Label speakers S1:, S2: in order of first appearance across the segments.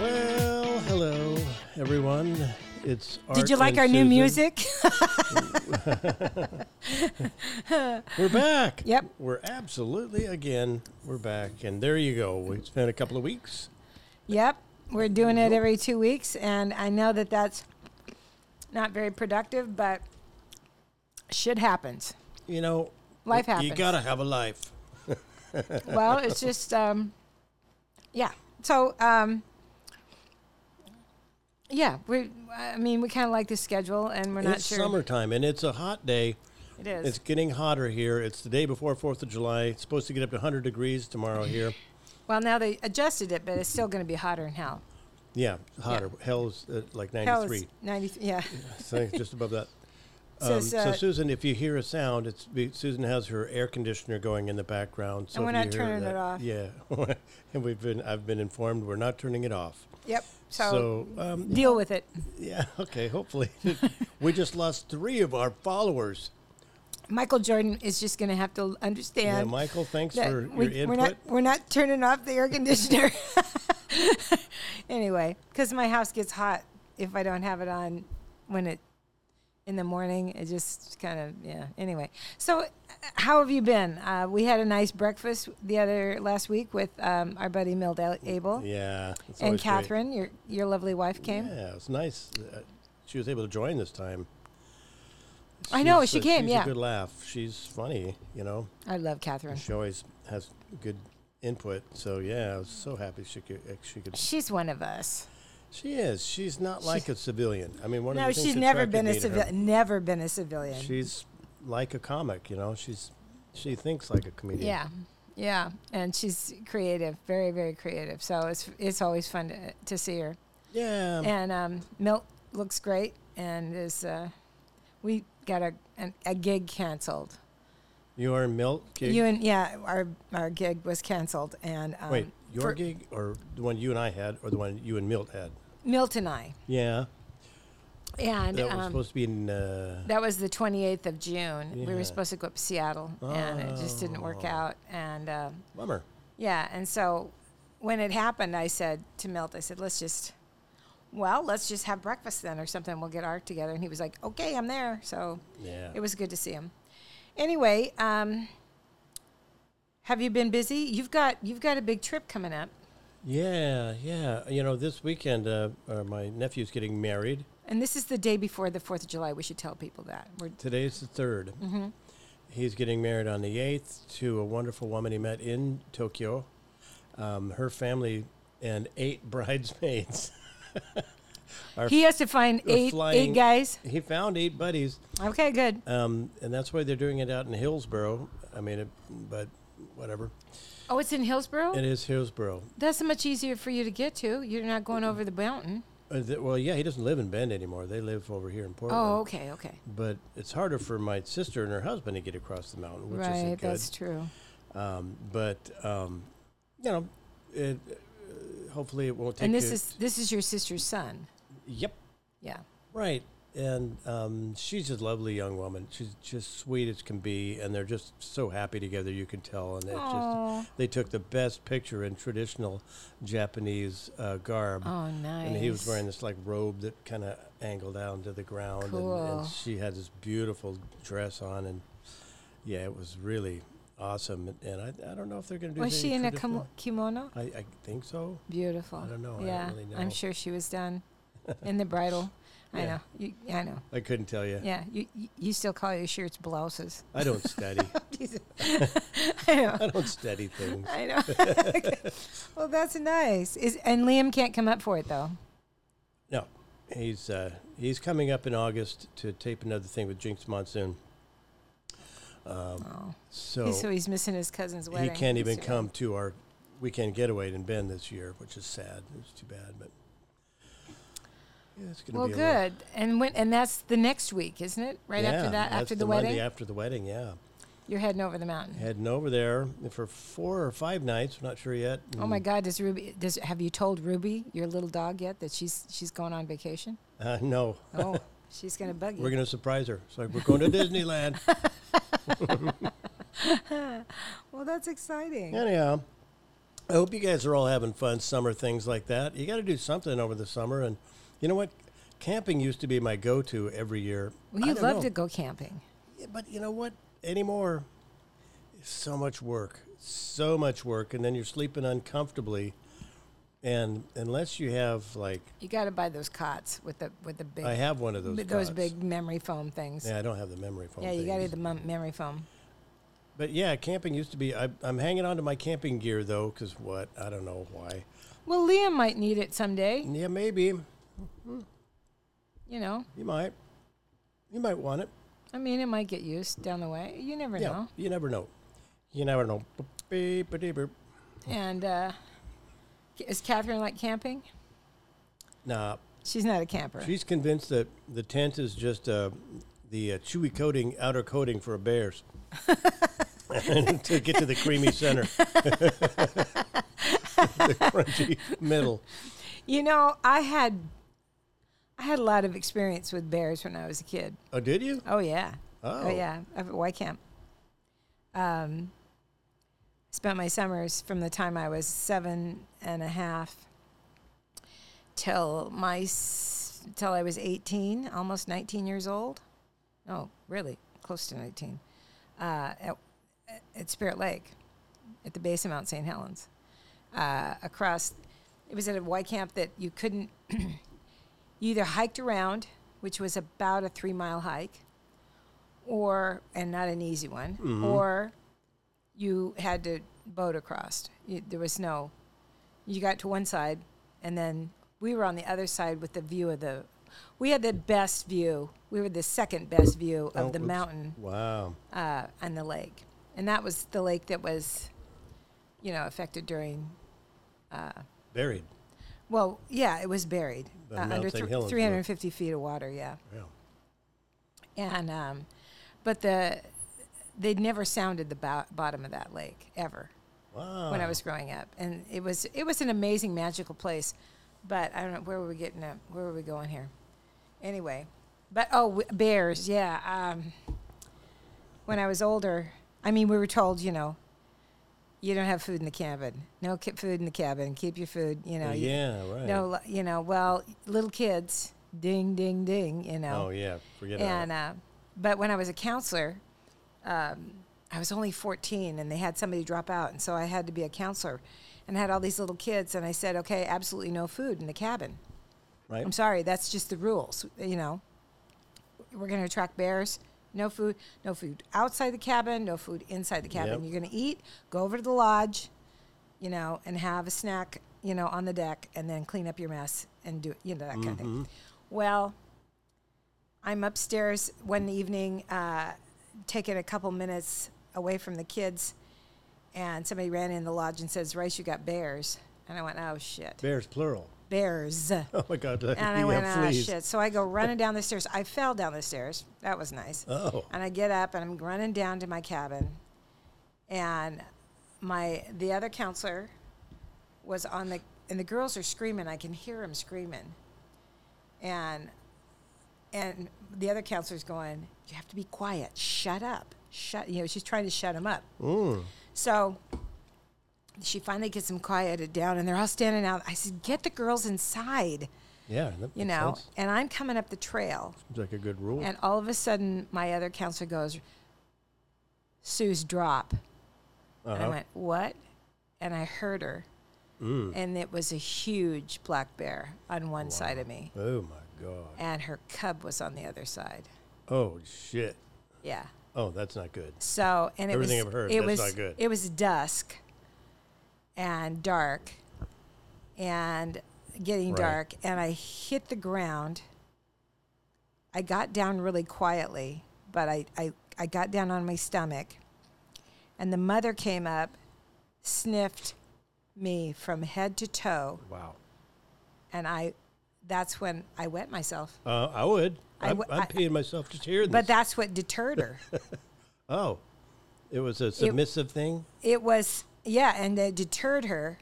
S1: Well, hello, everyone. It's Art
S2: Did you like
S1: and
S2: our new
S1: Susan.
S2: music?
S1: We're back.
S2: Yep.
S1: We're absolutely again. We're back, and there you go. It's been a couple of weeks.
S2: yep. We're doing it every two weeks. And I know that that's not very productive, but shit happens.
S1: You know,
S2: Life
S1: You
S2: happens.
S1: gotta have a life.
S2: well, it's just, um, yeah. So, um, yeah, we. I mean, we kind of like the schedule, and we're not
S1: it's
S2: sure
S1: summertime, and it's a hot day.
S2: it is.
S1: It's getting hotter here. It's the day before Fourth of July. It's supposed to get up to 100 degrees tomorrow here.
S2: well, now they adjusted it, but it's still going to be hotter than hell.
S1: Yeah, hotter. Hell's uh, like
S2: Hell
S1: 93.
S2: is ninety. Yeah.
S1: so just above that.
S2: So,
S1: Um,
S2: uh,
S1: so Susan, if you hear a sound, it's be- Susan has her air conditioner going in the background. So
S2: And we're
S1: if
S2: not
S1: you hear
S2: turning
S1: that,
S2: it off.
S1: Yeah, and we've been I've been informed we're not turning it off.
S2: yep. So,
S1: So, um,
S2: deal with it.
S1: yeah, okay. Hopefully, we just lost three of our followers.
S2: Michael Jordan is just going to have to
S1: Yeah,
S2: understand.
S1: Michael, thanks
S2: that
S1: for
S2: we,
S1: your input.
S2: We're not, we're not turning off the air conditioner. anyway, because my house gets hot if I don't have it on when it in the morning. It just kind of yeah. Anyway, so uh, how have you been? Uh, we had a nice breakfast the other last week with um, our buddy Mild Abel
S1: yeah, it's
S2: and
S1: always great.
S2: Catherine, your your lovely wife came.
S1: Yeah, it's nice. Uh, she was able to join this time.
S2: I know,
S1: She's,
S2: she
S1: uh,
S2: came,
S1: She's
S2: yeah.
S1: a good laugh. She's funny. You know.
S2: I love Catherine.
S1: She always has good input. So yeah, I was so happy she could. uh, She could.
S2: She's one of us.
S1: She is. She's not like a civilian. I mean, one
S2: No,
S1: of the things
S2: she's
S1: that
S2: never
S1: attracted
S2: been
S1: me
S2: a
S1: to her,
S2: civilian. Never been a civilian.
S1: She's like a comic. You know, she's she thinks like a comedian.
S2: Yeah. Yeah, and she's creative, very, very creative. So it's it's always fun to, to see her.
S1: Yeah.
S2: And um, Milt looks great, and is uh, we got a an, a gig canceled.
S1: your milk gig.
S2: You and yeah, our our gig was canceled, and um,
S1: Wait, your
S2: for-
S1: gig or the one you and I had, or the one you and Milt had?
S2: Milt and I,
S1: Yeah,
S2: and
S1: that was
S2: um,
S1: supposed to be in. Uh,
S2: that was the 28th of June. We
S1: Yeah. Oh.
S2: were supposed to go up to Seattle, and it just didn't work out. And um,
S1: bummer.
S2: Yeah, and so when it happened, I said to Milt, I said, let's just, well, let's just have breakfast then or something. We'll get art together. And he was like, okay, I'm there. So
S1: Yeah.
S2: it was good to see him. Anyway, um, have you been busy? You've got you've got a big trip coming up,
S1: yeah, yeah. You know, this weekend, uh, uh, my nephew's getting married.
S2: and this is the day before the Fourth of July. We should tell people that. We're,
S1: Today's the 3rd Mm-hmm. He's getting married on the eighth to a wonderful woman he met in Tokyo. Um, her family and eight bridesmaids.
S2: he has to find
S1: We're
S2: eight
S1: flying-
S2: eight guys.
S1: He found eight buddies,
S2: Okay, good.
S1: um, and that's why they're doing it out in Hillsboro. I mean, it, but whatever.
S2: Oh, it's in Hillsboro.
S1: It is Hillsboro.
S2: That's much easier for you to get to. You're not going over the mountain.
S1: Uh, th- well, yeah, he doesn't live in Bend anymore. They live over here in Portland.
S2: Oh, okay, okay.
S1: But it's harder for my sister and her husband to get across the mountain, which
S2: right,
S1: isn't good.
S2: that's true.
S1: Um, but um, you know, it, uh, hopefully it won't take.
S2: and this
S1: you-
S2: is this is your sister's son.
S1: yep,
S2: Yeah.
S1: right. And um, she's a lovely young woman. She's just sweet as can be, and they're just so happy together. You can tell, and it's
S2: Aw.
S1: just they took the best picture in traditional Japanese uh, garb.
S2: Oh, nice.
S1: And he was wearing this like robe that kind of angled down to the ground, and,
S2: Cool.
S1: and she had this beautiful dress on, and yeah, it was really awesome. And I, I don't know if they're going to do.
S2: Was she
S1: anything
S2: in a
S1: traditional.
S2: kimo- kimono?
S1: I, I think so.
S2: Beautiful.
S1: I don't know. I don't
S2: Yeah,
S1: really know.
S2: am sure she was done in the bridal. I
S1: Yeah.
S2: know. You, I know.
S1: I couldn't tell you.
S2: Yeah. You you- you still call your shirts blouses.
S1: I don't study.
S2: I know.
S1: I don't study things.
S2: I know. Okay. Well, that's nice. Is and Liam can't come up for it though.
S1: No, he's uh, he's coming up in August to tape another thing with Jinx Monsoon. Um,
S2: Oh.
S1: so
S2: He's, so he's missing his cousin's
S1: he
S2: wedding.
S1: can't even
S2: That's too
S1: come to our weekend getaway in Bend this year, which is sad. It's too bad, but Yeah, it's gonna
S2: Well,
S1: be a little-
S2: good. And when and that's the next week, isn't it? Right after
S1: Yeah,
S2: that,
S1: that's
S2: after the, wedding,
S1: Monday after the wedding, yeah.
S2: you're heading over the mountain.
S1: Heading over there for four or five nights. Not sure yet. Mm.
S2: Oh my God! Does Ruby? Does have you told Ruby, your little dog, yet that she's she's going on vacation?
S1: Uh, no,
S2: Oh, she's gonna bug you.
S1: we're gonna surprise her. So we're going to Disneyland.
S2: well, that's exciting.
S1: Anyhow, I hope you guys are all having fun. Summer things like that. You got to do something over the summer, and you know what? Camping used to be my go-to every year.
S2: Well,
S1: I
S2: you
S1: don't
S2: love
S1: know.
S2: to go camping.
S1: Yeah, but you know what? Anymore, so much work, so much work, and then you're sleeping uncomfortably. And unless you have like,
S2: You got to buy those cots with the with the big
S1: I have one of those.
S2: with those
S1: cots.
S2: big memory foam things.
S1: Yeah, I don't have the memory foam.
S2: Yeah, you got to
S1: things.
S2: the mem- memory foam.
S1: But yeah, camping used to be. I, I'm hanging on to my camping gear though, because what? I don't know why.
S2: Well, Liam might need it someday.
S1: Yeah, maybe
S2: You know,
S1: you might. You might want it.
S2: I mean, it might get used down the way. You never
S1: yeah,
S2: know.
S1: you never know. You never know. Beep, beep, beep.
S2: And uh, is Catherine like camping?
S1: Nah,
S2: She's not a camper.
S1: She's convinced that the tent is just uh, the uh, chewy coating, outer coating for a bear's to get to the creamy center, the crunchy middle.
S2: you know, I had I had a lot of experience with bears when I was a kid.
S1: Oh, did you?
S2: Oh yeah.
S1: Oh.
S2: yeah. Up at Y Camp. Um, spent my summers from the time I was seven and a half till my s- till I was eighteen, almost nineteen years old. No, really, close to nineteen. Uh, at, at Spirit Lake, at the base of Mount St. Helens, uh, across. It was at a Y camp that you couldn't. you either hiked around, which was about a three mile hike, or and not an easy one, or you had to boat across. You, there was no. You got to one side, and then we were on the other side with the view of the. We had the best view. We were the second best view of
S1: Oh,
S2: the
S1: oops.
S2: mountain
S1: Wow.
S2: uh, on the lake, and that was the lake that was, you know, affected during.
S1: Buried.
S2: Well, yeah, it was buried
S1: The
S2: uh, under
S1: Mount St. Helens, yeah.
S2: three hundred and fifty feet of water. Yeah,
S1: Yeah.
S2: and um, but the they'd never sounded the bo- bottom of that lake ever
S1: Wow.
S2: when I was growing up, and it was it was an amazing magical place. But I don't know where were we getting at? Where were we going here? Anyway, but oh, w- bears, yeah. Um, when I was older, I mean, we were told, you know, you don't have food in the cabin. No ki- food in the cabin. Keep your food. You know, you-
S1: yeah, right.
S2: no, li- you know. Well, little kids, ding, ding, ding. You know.
S1: Oh, yeah. Forget
S2: And
S1: about
S2: uh, but when I was a counselor, um, I was only 14, and they had somebody drop out, and so I had to be a counselor, and I had all these little kids, and I said, okay, absolutely no food in the cabin.
S1: it. Right?
S2: I'm sorry, that's just the rules, you know. We're going to attract bears. No food, no food outside the cabin, no food inside the cabin.
S1: Yep.
S2: You're going to eat, go over to the lodge, you know, and have a snack, you know, on the deck, and then clean up your mess and do, you know, that kind of thing. Well, I'm upstairs one evening, uh, taking a couple minutes away from the kids, and somebody ran in the lodge and says, "Rice, you got bears," and I went, "Oh shit,
S1: Bears, plural.
S2: bears."
S1: Oh, my God. And
S2: And I went, ah,
S1: fleas.
S2: shit. So I go running down the stairs. I fell down the stairs. That was nice.
S1: Oh.
S2: And I get up and I'm running down to my cabin. And my the other counselor was on the and the girls are screaming. I can hear them screaming. And and the other counselor's going, "You have to be quiet. Shut up. Shut." You know, she's trying to shut him up. So she finally gets them quieted down, and they're all standing out. I said, "Get the girls inside."
S1: Yeah. That
S2: you
S1: makes
S2: know,
S1: sense.
S2: and I'm coming up the trail,
S1: Seems like a good rule.
S2: and all of a sudden, my other counselor goes, Sue's drop. And I
S1: Uh-huh.
S2: went, What? And I heard her,
S1: Mm.
S2: and it was a huge black bear on one side of me,
S1: oh, my God.
S2: and her cub was on the other side.
S1: Oh, shit.
S2: Yeah.
S1: Oh, that's not good.
S2: So, and it
S1: Everything
S2: was,
S1: I've heard,
S2: it
S1: that's
S2: was,
S1: not good.
S2: It was dusk and dark and getting
S1: Right.
S2: dark, and I hit the ground. I got down really quietly, but I, I, I got down on my stomach, and the mother came up, sniffed me from head to toe,
S1: Wow.
S2: and I that's when I wet myself.
S1: Uh, I would.
S2: I
S1: I
S2: w-
S1: am
S2: I-
S1: peeing myself just hearing
S2: But
S1: this.
S2: that's what deterred her.
S1: oh, it was a submissive thing.
S2: it was yeah and it deterred her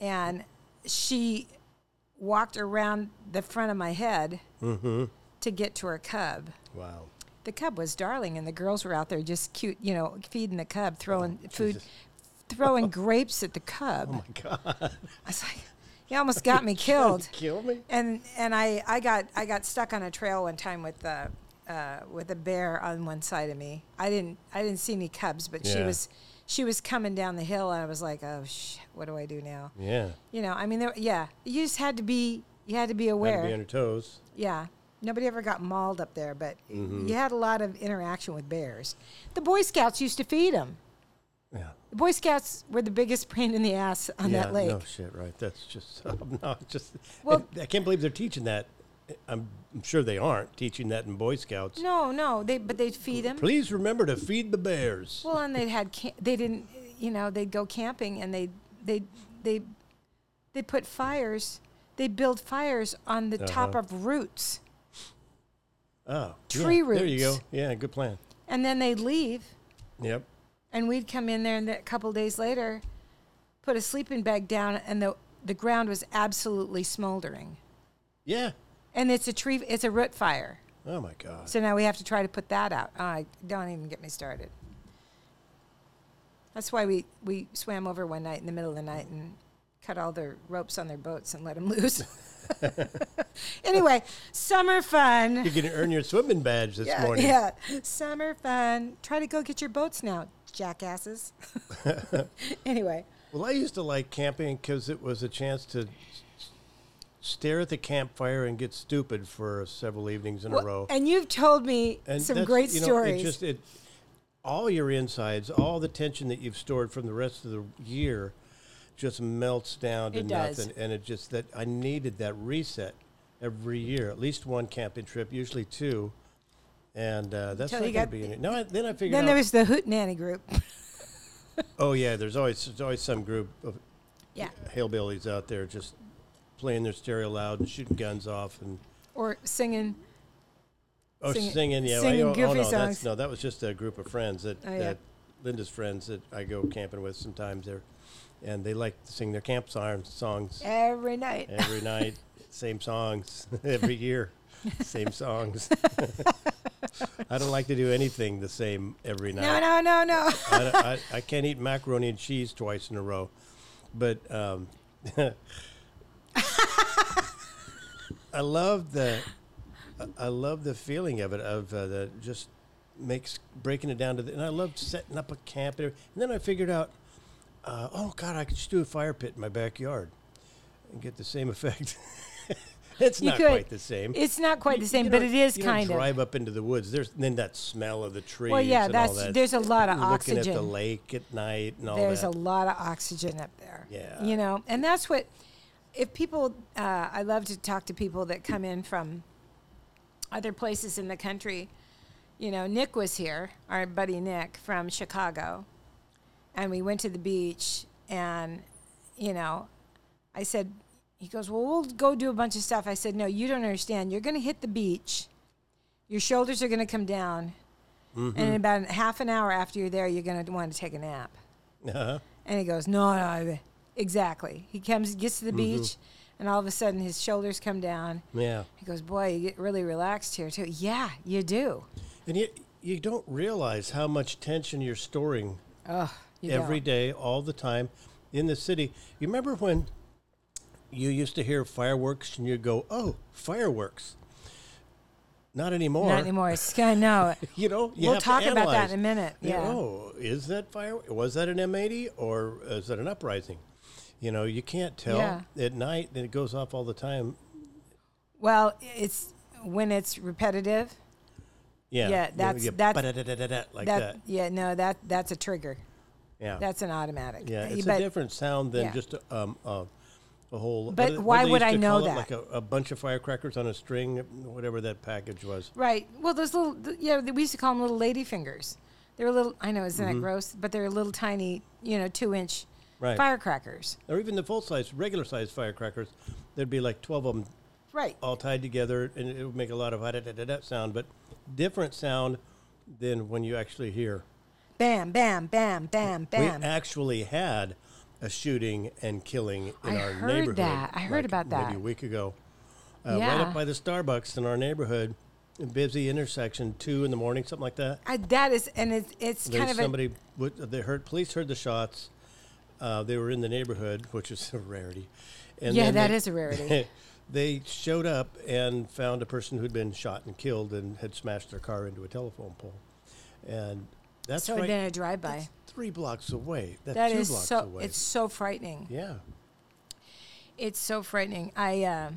S2: and she walked around the front of my head
S1: Mm-hmm.
S2: to get to her cub
S1: Wow.
S2: the cub was darling and the girls were out there just cute you know feeding the cub throwing food
S1: Oh, Jesus.
S2: throwing grapes at the cub
S1: Oh my God.
S2: i was like you almost got me killed
S1: Kill me.
S2: and and I, I got I got stuck on a trail one time with uh, uh, with a bear on one side of me. I didn't I didn't see any cubs, but she
S1: Yeah.
S2: was she was coming down the hill, and I was like, oh shit, what do I do now?
S1: Yeah.
S2: You know, I mean, there, yeah, you just had to be you had to be
S1: Had
S2: aware.
S1: to be on your toes.
S2: yeah, nobody ever got mauled up there, but
S1: Mm-hmm.
S2: you had a lot of interaction with bears. The Boy Scouts used to feed them.
S1: Yeah.
S2: The Boy Scouts were the biggest pain in the ass on
S1: yeah,
S2: that lake.
S1: No shit, right? That's just no, just.
S2: Well-
S1: I can't believe they're teaching that. I'm, I'm sure they aren't teaching that in Boy Scouts.
S2: No, no, they but they'd feed them.
S1: Please remember to feed the bears.
S2: Well, and they had ca- they didn't you know they'd go camping and they they they they put fires they build fires on the top
S1: Uh-huh.
S2: of roots
S1: Oh,
S2: tree
S1: yeah, There you go.
S2: roots.
S1: Yeah, good plan.
S2: and then they'd leave
S1: Yep.
S2: and we'd come in there and a couple days later put a sleeping bag down and the the ground was absolutely smoldering
S1: Yeah.
S2: and it's a tree it's a root fire
S1: Oh my God.
S2: so now we have to try to put that out i don't even get me started That's why we, we swam over one night in the middle of the night and cut all their ropes on their boats and let them loose. anyway, summer fun.
S1: You're gonna earn your swimming badge this
S2: Yeah,
S1: morning.
S2: yeah, summer fun. Try to go get your boats now, jackasses. anyway,
S1: Well, I used to like camping because it was a chance to s- s- stare at the campfire and get stupid for several evenings in
S2: well,
S1: a row.
S2: and you've told me
S1: And
S2: some
S1: that's-
S2: great
S1: you know,
S2: stories.
S1: It just it, all your insides, all the tension that you've stored from the rest of the year, just melts down to
S2: It does.
S1: nothing. And it just that I needed that reset every year, at least one camping trip, usually two. And uh, that's
S2: Until
S1: not going
S2: you got-
S1: to be in it. No, I, then I figured
S2: then
S1: out.
S2: there was the Hoot Nanny group.
S1: oh yeah, there's always there's always some group of
S2: yeah,
S1: hillbillies out there just playing their stereo loud and shooting guns off and
S2: or singing.
S1: oh
S2: Singing-
S1: singing, yeah
S2: singing
S1: oh,
S2: goofy
S1: no,
S2: songs.
S1: That's, no that was just a group of friends that,
S2: Oh, yeah.
S1: that Linda's friends that I go camping with sometimes there and they like to sing their camp song songs
S2: Eh. Every night.
S1: every night same songs every year same songs I don't like to do anything the same every night
S2: No, no, no, no.
S1: I, don't- I, I can't eat macaroni and cheese twice in a row, but um, I love the I- I love the feeling of it of uh, the just makes breaking it down to the, and I love setting up a camp and, everything. and then I figured out uh, oh god I could just do a fire pit in my backyard and get the same effect. it's
S2: You
S1: not
S2: could.
S1: quite the same.
S2: It's not quite
S1: You-
S2: the same,
S1: you
S2: but
S1: don't-
S2: it is
S1: you don't
S2: kind of.
S1: drive up into the woods. There's then that smell of the trees.
S2: Well, yeah,
S1: and
S2: that's
S1: all that.
S2: there's a lot of
S1: Looking
S2: oxygen.
S1: at the lake at night and all
S2: there's
S1: that.
S2: a lot of oxygen up there.
S1: Yeah.
S2: You know, and that's what, if people, uh, I love to talk to people that come in from other places in the country. You know, Nick was here, our buddy Nick from Chicago, and we went to the beach, and, you know, I said, he goes, Well, we'll go do a bunch of stuff. I said, No, you don't understand. You're going to hit the beach, your shoulders are going to come down.
S1: Mm-hmm.
S2: And in about half an hour after you're there, you're going to want to take a nap.
S1: uh-huh.
S2: And he goes, no, no, I- exactly. He comes, gets to
S1: Mm-hmm.
S2: the beach, and all of a sudden his shoulders come down.
S1: Yeah,
S2: He goes, boy, you get really relaxed here too. Yeah, you do.
S1: and you you don't realize how much tension you're storing
S2: Oh, you
S1: every
S2: don't.
S1: day, all the time, in the city. You remember when you used to hear fireworks and you go, "Oh, fireworks." Not anymore.
S2: Not anymore. It's kind no.
S1: You know, you
S2: we'll
S1: have to
S2: talk about that
S1: analyze.
S2: in a minute.
S1: You
S2: Yeah.
S1: know, oh, is that fire? Was that an M80 or is that an uprising? You know, you can't tell
S2: Yeah.
S1: at night, and it goes off all the time.
S2: Well, it's when it's repetitive.
S1: Yeah,
S2: Yeah,
S1: you-
S2: that's-
S1: you
S2: that's-
S1: ba-da-da-da-da-da, like
S2: That,
S1: that.
S2: yeah, no, that that's a trigger.
S1: Yeah,
S2: That's an automatic.
S1: yeah, it's
S2: but
S1: a different sound than
S2: yeah.
S1: just um, uh, a whole.
S2: But
S1: what do- what
S2: why
S1: they
S2: would
S1: used
S2: I
S1: to
S2: know
S1: call it?
S2: that?
S1: Like a, a bunch of firecrackers on a string, whatever that package was.
S2: right. Well, those little th- yeah, we used to call them little lady fingers. They're little. I know, isn't that gross? But they're little tiny, you know, two inch
S1: Mm-hmm. Right.
S2: firecrackers.
S1: Or even the full size, regular size firecrackers, there'd be like twelve of them
S2: Right.
S1: all tied together, and it would make a lot of da da da da sound, but different sound than when you actually hear.
S2: Bam, bam, bam, bam, bam.
S1: We actually had a shooting and killing in
S2: I
S1: our
S2: heard
S1: neighborhood.
S2: that. I heard
S1: like,
S2: about
S1: maybe
S2: that.
S1: a week ago. Uh, Right
S2: Yeah.
S1: up by the Starbucks in our neighborhood, in Bibsy intersection, two in the morning, something like that.
S2: I, that is, and it's it's
S1: There's
S2: kind of
S1: somebody. with- they heard police heard the shots. Uh, they were in the neighborhood, which is a rarity.
S2: a
S1: And
S2: yeah,
S1: then
S2: that
S1: they-
S2: is a rarity.
S1: they showed up and found a person who'd been shot and killed and had smashed their car into a telephone pole. And that's
S2: so
S1: right,
S2: it been a drive by.
S1: that's three blocks away. That's
S2: That
S1: two
S2: is
S1: blocks
S2: so.
S1: away.
S2: It's so frightening.
S1: yeah.
S2: It's so frightening. I. Uh,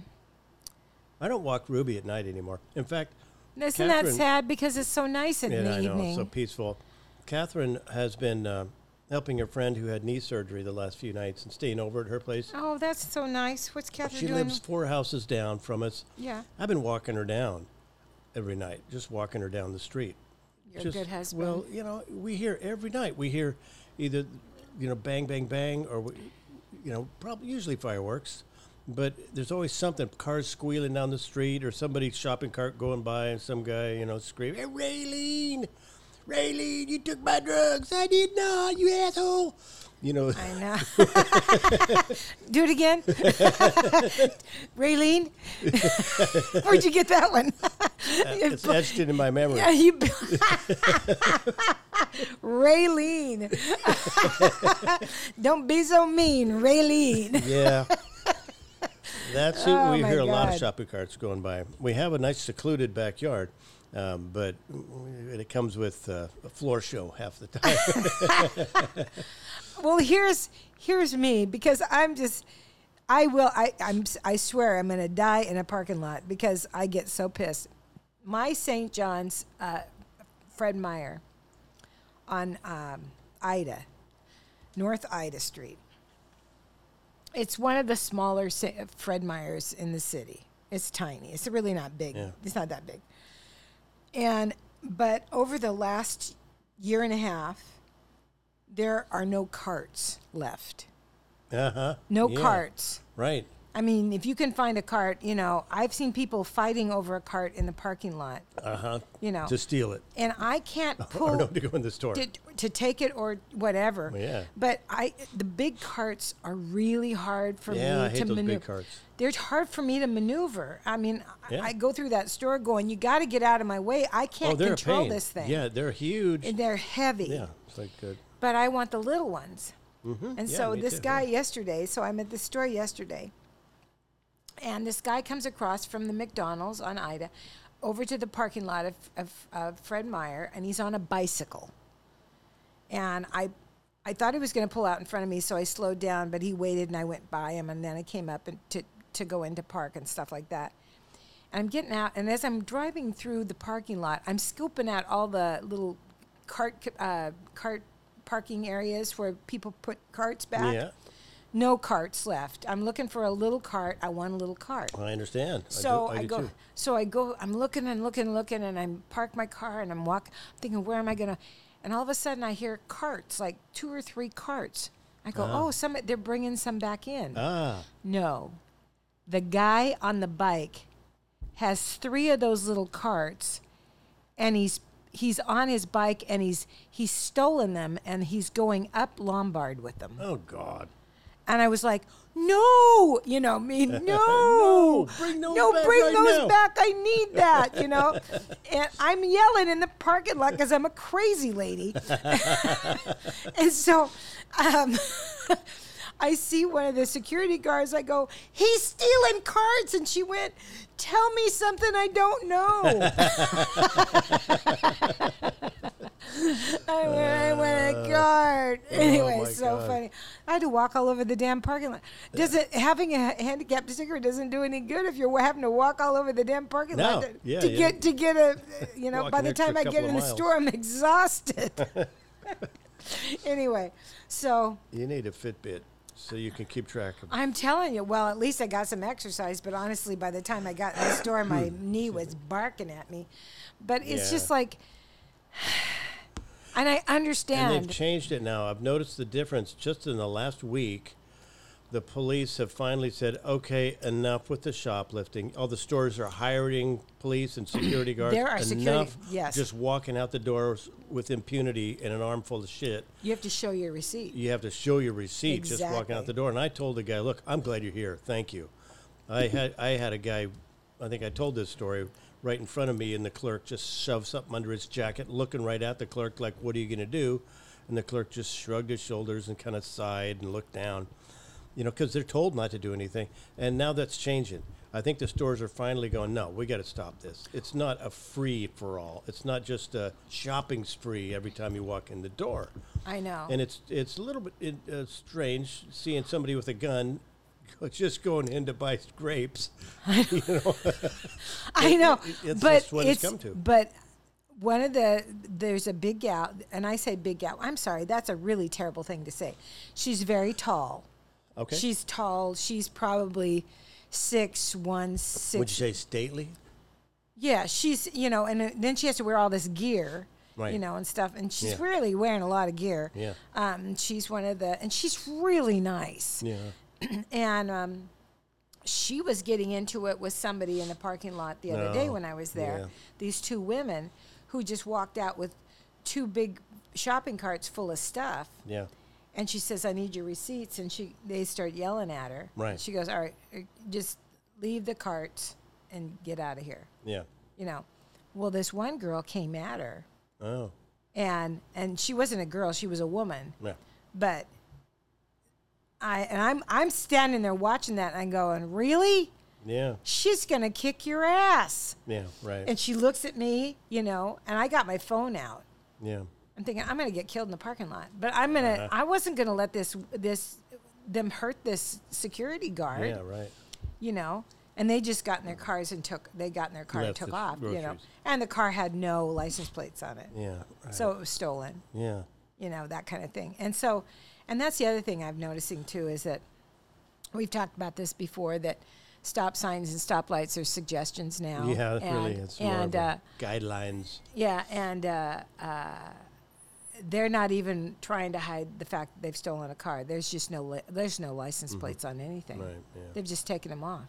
S1: I don't walk Ruby at night anymore. In fact,
S2: isn't that
S1: Catherine-
S2: sad? Because it's so nice in
S1: yeah,
S2: the
S1: I know,
S2: evening.
S1: it's so peaceful. Catherine has been uh, helping a friend who had knee surgery the last few nights and staying over at her place.
S2: oh, that's so nice. What's Catherine
S1: she
S2: doing?
S1: lives four houses down from us.
S2: yeah,
S1: I've been walking her down every night, just walking her down the street.
S2: you're
S1: Just-
S2: a good husband.
S1: Well, you know, we hear every night. We hear either, you know, bang, bang, bang, or we, you know, probably usually fireworks. But there's always something: cars squealing down the street, or somebody's shopping cart going by, and some guy, you know, screaming, "Hey, Raylene, Raylene, you took my drugs! I did not, you asshole!" You know,
S2: I know. Do it again. Raylene, where'd you get that one?
S1: it's etched into my memory.
S2: Yeah, you. Raylene. Don't be so mean, Raylene.
S1: Yeah. That's it.
S2: Oh,
S1: we
S2: my
S1: hear a lot of
S2: God.
S1: shopping carts going by. We have a nice secluded backyard, um, but it comes with uh, a floor show half the time.
S2: Well, here's here's me because I'm just I will I I'm I swear I'm going to die in a parking lot because I get so pissed. My St. John's uh, Fred Meyer on um, Ida, North Ida Street. It's one of the smaller Sa- Fred Meyers in the city. It's tiny. It's really not big.
S1: Yeah.
S2: It's not that big. And but over the last year and a half, there are no carts left.
S1: uh-huh.
S2: No
S1: Yeah.
S2: carts.
S1: Right.
S2: I mean, if you can find a cart, you know, I've seen people fighting over a cart in the parking lot,
S1: Uh huh.
S2: you know,
S1: To steal it.
S2: and I can't
S1: Or no,
S2: pull
S1: to go in the store.
S2: to, to take it or whatever.
S1: Well, yeah.
S2: But I, the big carts are really hard for
S1: Yeah,
S2: me
S1: I hate
S2: to
S1: those big
S2: maneuver.
S1: carts.
S2: They're hard for me to maneuver. I mean, I-
S1: Yeah.
S2: I go through that store going, "You got to get out of my way. I
S1: oh,
S2: can't
S1: they're a
S2: control
S1: pain.
S2: this thing."
S1: Yeah, they're huge.
S2: And they're heavy
S1: yeah. It's like uh,
S2: but I want the little ones. And
S1: Mm-hmm. Yeah,
S2: so
S1: me
S2: this
S1: too,
S2: guy yesterday, so I'm at the store yesterday, and this guy comes across from the McDonald's on Ida over to the parking lot of, of, of Fred Meyer, and he's on a bicycle. And I, I thought he was going to pull out in front of me, so I slowed down, but he waited and I went by him, and then I came up and to, to go into park and stuff like that. And I'm getting out, and as I'm driving through the parking lot, I'm scooping out all the little cart uh, cart parking areas where people put carts back.
S1: yeah.
S2: No carts left. I'm looking for a little cart. I want a little cart.
S1: I understand.
S2: So
S1: I, do,
S2: I,
S1: do
S2: go.
S1: Too.
S2: So I go. I'm looking and looking and looking, and I'm park my car and I'm walking, thinking, where am I gonna? And all of a sudden, I hear carts, like two or three carts. I go, oh, some they're bringing some back in.
S1: Ah.
S2: No. The guy on the bike has three of those little carts and he's he's on his bike and he's he's stolen them and he's going up Lombard with them.
S1: Oh God.
S2: And I was like, "No, you know me. No,
S1: No, bring those
S2: no,
S1: back
S2: bring
S1: right
S2: those
S1: now."
S2: back. I need that, you know." and I'm yelling in the parking lot because I'm a crazy lady. and so, um, I see one of the security guards. I go, "He's stealing cards," and she went, "Tell me something I don't know." I went, I went a guard. Anyway,
S1: Uh, oh my
S2: so
S1: God.
S2: funny. I had to walk all over the damn parking lot. Does it having a handicap sticker doesn't do any good if you're wa- having to walk all over the damn parking lot
S1: No.
S2: to,
S1: Yeah,
S2: to
S1: yeah.
S2: get to get a you know
S1: Walk
S2: by
S1: an
S2: the
S1: extra
S2: time I get
S1: couple of
S2: in the
S1: miles.
S2: store I'm exhausted. anyway, so
S1: You need a Fitbit so you can keep track of.
S2: I'm telling you, well, at least I got some exercise, but honestly, by the time I got in the store, my knee was barking at me. But it's
S1: Hmm. Yeah.
S2: just like, and I
S1: And
S2: understand.
S1: they've changed it now. I've noticed the difference just in the last week. the police have finally said, okay, enough with the shoplifting. All the stores are hiring police and security guards.
S2: There are
S1: enough
S2: security- yes.
S1: Just walking out the doors with impunity and an armful of shit.
S2: You have to show your receipt.
S1: You have to show your receipt just walking out
S2: Exactly.
S1: the door. And I told the guy, look, I'm glad you're here. Thank you. I had I had a guy, I think I told this story right in front of me, and the clerk just shoved something under his jacket, looking right at the clerk like, what are you going to do? And the clerk just shrugged his shoulders and kind of sighed and looked down you know, because they're told not to do anything. And now that's changing. I think the stores are finally going, no, we got to stop this. It's not a free for all. It's not just a shopping spree every time you walk in the door.
S2: I know.
S1: And it's it's a little bit it, uh, strange seeing somebody with a gun just going in to buy grapes. you know,
S2: I know,
S1: it- it's
S2: but
S1: just what it's
S2: it's,
S1: come to.
S2: But one of the there's a big gal, and I say big gal. I'm sorry, that's a really terrible thing to say. She's very tall.
S1: okay.
S2: She's tall. She's probably six one six.
S1: Would you say stately?
S2: Yeah, she's you know, and uh, then she has to wear all this gear,
S1: Right.
S2: you know, and stuff. And she's
S1: Yeah.
S2: really wearing a lot of gear.
S1: Yeah.
S2: Um, she's one of the, and she's really nice.
S1: Yeah.
S2: And um, she was getting into it with somebody in the parking lot the other day
S1: No,
S2: when I was there.
S1: Oh, yeah.
S2: These two women who just walked out with two big shopping carts full of stuff.
S1: Yeah.
S2: And she says, "I need your receipts." And she, they start yelling at her.
S1: Right.
S2: She goes, "All right, er, just leave the carts and get out of here."
S1: Yeah.
S2: you know well this one girl came at her
S1: Oh.
S2: and and she wasn't a girl she was a woman
S1: Yeah.
S2: but i and i'm i'm standing there watching that and i'm going really
S1: Yeah.
S2: she's gonna kick your ass
S1: Yeah. Right.
S2: and she looks at me you know and i got my phone out
S1: yeah.
S2: i'm thinking i'm gonna get killed in the parking lot but i'm gonna
S1: Uh-huh.
S2: i wasn't gonna let this this them hurt this security guard
S1: Yeah. Right.
S2: you know and they just got in their cars and took they got in their car and
S1: Left
S2: took
S1: the
S2: off you know
S1: groceries.
S2: and the car had no license plates on it
S1: Yeah. Right.
S2: so it was stolen
S1: Yeah.
S2: you know that kind of thing and so and that's the other thing i'm noticing too is that we've talked about this before that stop signs and stoplights are suggestions now
S1: Yeah, it
S2: and,
S1: really, it's more
S2: and
S1: of a
S2: uh,
S1: guidelines.
S2: yeah and uh, uh, they're not even trying to hide the fact that they've stolen a car there's just no li- there's no license plates on anything
S1: Mm-hmm. Right, yeah.
S2: they've just taken them off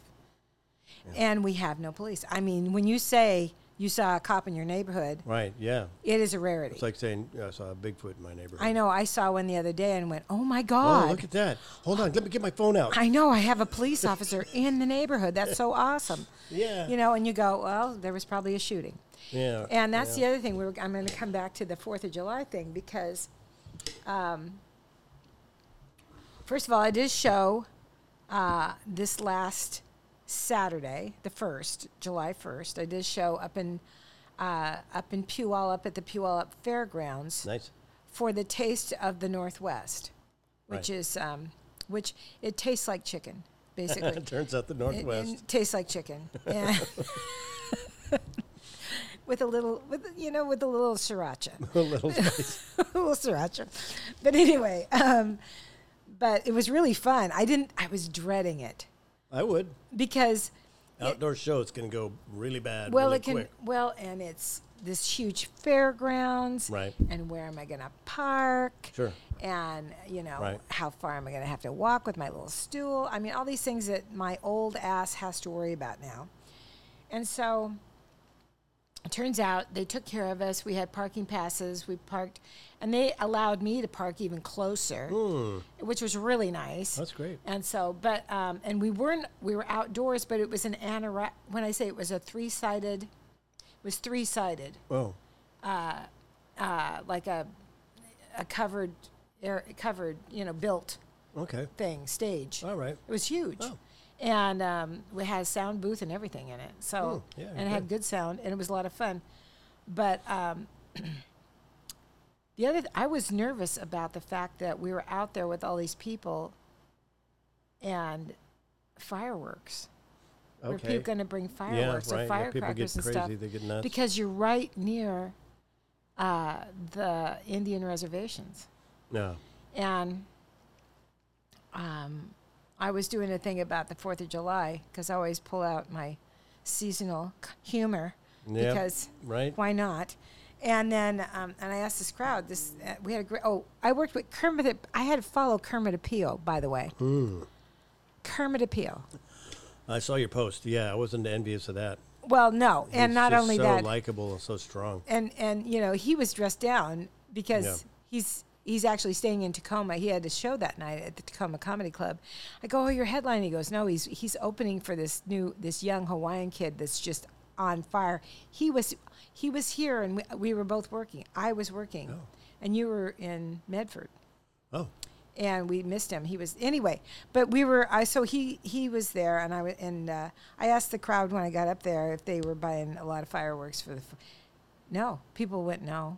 S2: and we have no police i mean when you say you saw a cop in your neighborhood
S1: Right. Yeah.
S2: it is a rarity
S1: It's like saying I saw a Bigfoot in my neighborhood.
S2: I know. I saw one the other day and went, "Oh my
S1: Oh,
S2: god!"
S1: look at that! Hold on, let me get my phone out.
S2: I know. I have a police officer in the neighborhood. That's so awesome.
S1: Yeah.
S2: You know, and you go, "Well, there was probably a shooting,"
S1: Yeah.
S2: and that's the other thing. We were, I'm going to come back to the Fourth of July thing because, um, first of all, I did show uh, this last Saturday, the first July first. I did show up in uh, up in Puyallup at the Puyallup Fairgrounds
S1: nice.
S2: for the taste of the Northwest, which
S1: Right.
S2: is um, which it tastes like chicken, basically.
S1: It turns out the
S2: It-
S1: Northwest.
S2: It, tastes like chicken. Yeah. with a little, with you know, with a little sriracha,
S1: a little spice.
S2: a little sriracha. But anyway, um, but it was really fun. I didn't. I was dreading it
S1: I would.
S2: because
S1: Outdoor show. It's going to go really bad.
S2: well,
S1: really
S2: it can
S1: quick.
S2: well, and it's this huge fairgrounds,
S1: Right.
S2: And where am I going to park?
S1: Sure.
S2: And you know,
S1: Right.
S2: how far am I going to have to walk with my little stool? I mean, all these things that my old ass has to worry about now. And so, it turns out they took care of us. We had parking passes. We parked, and they allowed me to park even closer, which was really nice.
S1: Hmm. That's great.
S2: And so, but um, and we weren't we were outdoors, but it was an anora. When I say it was a three sided, it was three sided,
S1: Oh,
S2: uh, like a a covered air covered you know built
S1: okay.
S2: thing stage.
S1: All right.
S2: It was huge.
S1: Oh.
S2: And um, we had a sound booth and everything in it. So,
S1: Hmm, yeah,
S2: and it had good sound, and it was a lot of fun. But um, the other, th- I was nervous about the fact that we were out there with all these people and fireworks. Were
S1: Okay.
S2: people going to bring fireworks
S1: right.
S2: or
S1: Yeah, people get
S2: firecrackers and stuff?
S1: crazy, they get nuts.
S2: Because you're right near uh, the Indian reservations
S1: no.
S2: and um, I was doing a thing about the Fourth of July because I always pull out my seasonal c- humor
S1: Yeah,
S2: because
S1: right.
S2: why not? And then um, and I asked this crowd.
S1: Hmm.
S2: This uh, we had a great. Oh, I worked with Kermit. the- I had to follow Kermit Appeal, by the way. Kermit appeal.
S1: I saw your post. Yeah, I wasn't envious of that.
S2: Well, no, and
S1: He's
S2: not
S1: just
S2: only
S1: so
S2: that,
S1: likable and so strong.
S2: and and you know he was dressed down because
S1: Yeah.
S2: he's he's actually staying in Tacoma. He had a show that night at the Tacoma Comedy Club. I go, oh, you're headlining. He goes, no, he's he's opening for this new this young Hawaiian kid that's just on fire. He was he was here, and we, we were both working. I was working, and you were in Medford
S1: Oh,
S2: and we missed him. He was anyway, but we were. I so he he was there, and I wa- and uh, I asked the crowd when I got up there if they were buying a lot of fireworks for the. F- no, people went no.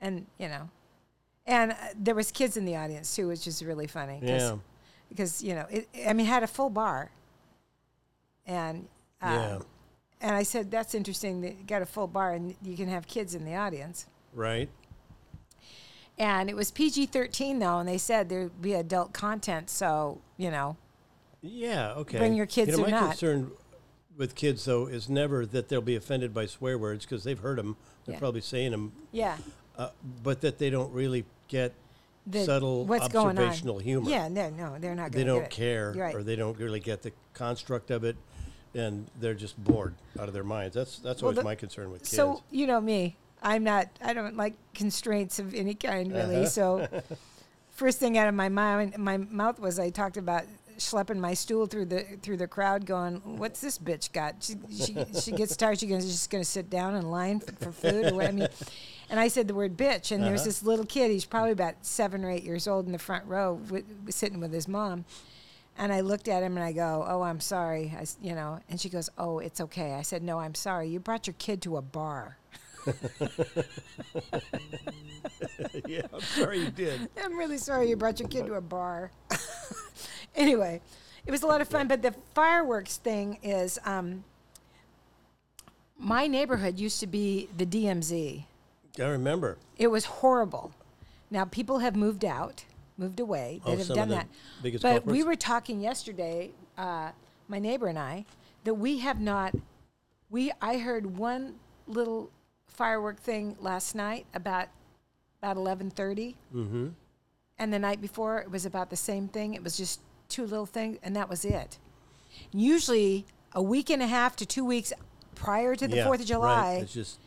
S2: And you know, and uh, there was kids in the audience too, which is really funny. 'cause-
S1: Yeah.
S2: Because you know, it, I mean, it had a full bar. And uh,
S1: yeah.
S2: and I said that's interesting. That you got a full bar, and you can have kids in the audience.
S1: Right.
S2: And it was PG 13, though, and they said there'd be adult content. So, you know,
S1: Yeah. Okay.
S2: Bring your kids
S1: You know, my
S2: or not.
S1: concern with kids though is never that they'll be offended by swear words because they've heard them. They're
S2: Yeah.
S1: probably saying them,
S2: yeah.
S1: uh, but that they don't really get
S2: the-
S1: subtle
S2: going on.
S1: observational humor.
S2: Yeah, no, no, they're not
S1: They
S2: going to
S1: don't care,
S2: Right.
S1: or they don't really get the construct of it, and they're just bored out of their minds. That's that's
S2: Well,
S1: always
S2: the-
S1: my concern with kids.
S2: so, you know me, I'm not, I don't like constraints of any kind, really.
S1: Uh-huh.
S2: So, first thing out of my mind, my mouth was I talked about schlepping my stool through the through the crowd going what's this bitch got she she, she gets tired she's just going to sit down in line for, for food or what i mean and i said the word bitch and there's
S1: Uh-huh.
S2: this little kid he's probably about seven or eight years old in the front row wi sitting with his mom and i looked at him and i go oh i'm sorry I s you know and she goes oh it's okay i said no i'm sorry you brought your kid to a bar
S1: yeah, I'm sorry you did.
S2: I'm really sorry you brought your kid to a bar. anyway, it was a lot of fun, but the fireworks thing is um, my neighborhood used to be the DMZ.
S1: I remember.
S2: It was horrible. Now people have moved out, moved away. That
S1: Oh,
S2: have
S1: some of
S2: done
S1: the
S2: that.
S1: biggest
S2: but we
S1: culprits?
S2: were talking yesterday, uh, my neighbor and I, that we have not. We I heard one little firework thing last night about about eleven Mm-hmm. And the night before it was about the same thing. It was just two little things, and that was it. Usually a week and a half to two weeks prior to the
S1: yeah,
S2: Fourth of July.
S1: Right. It's just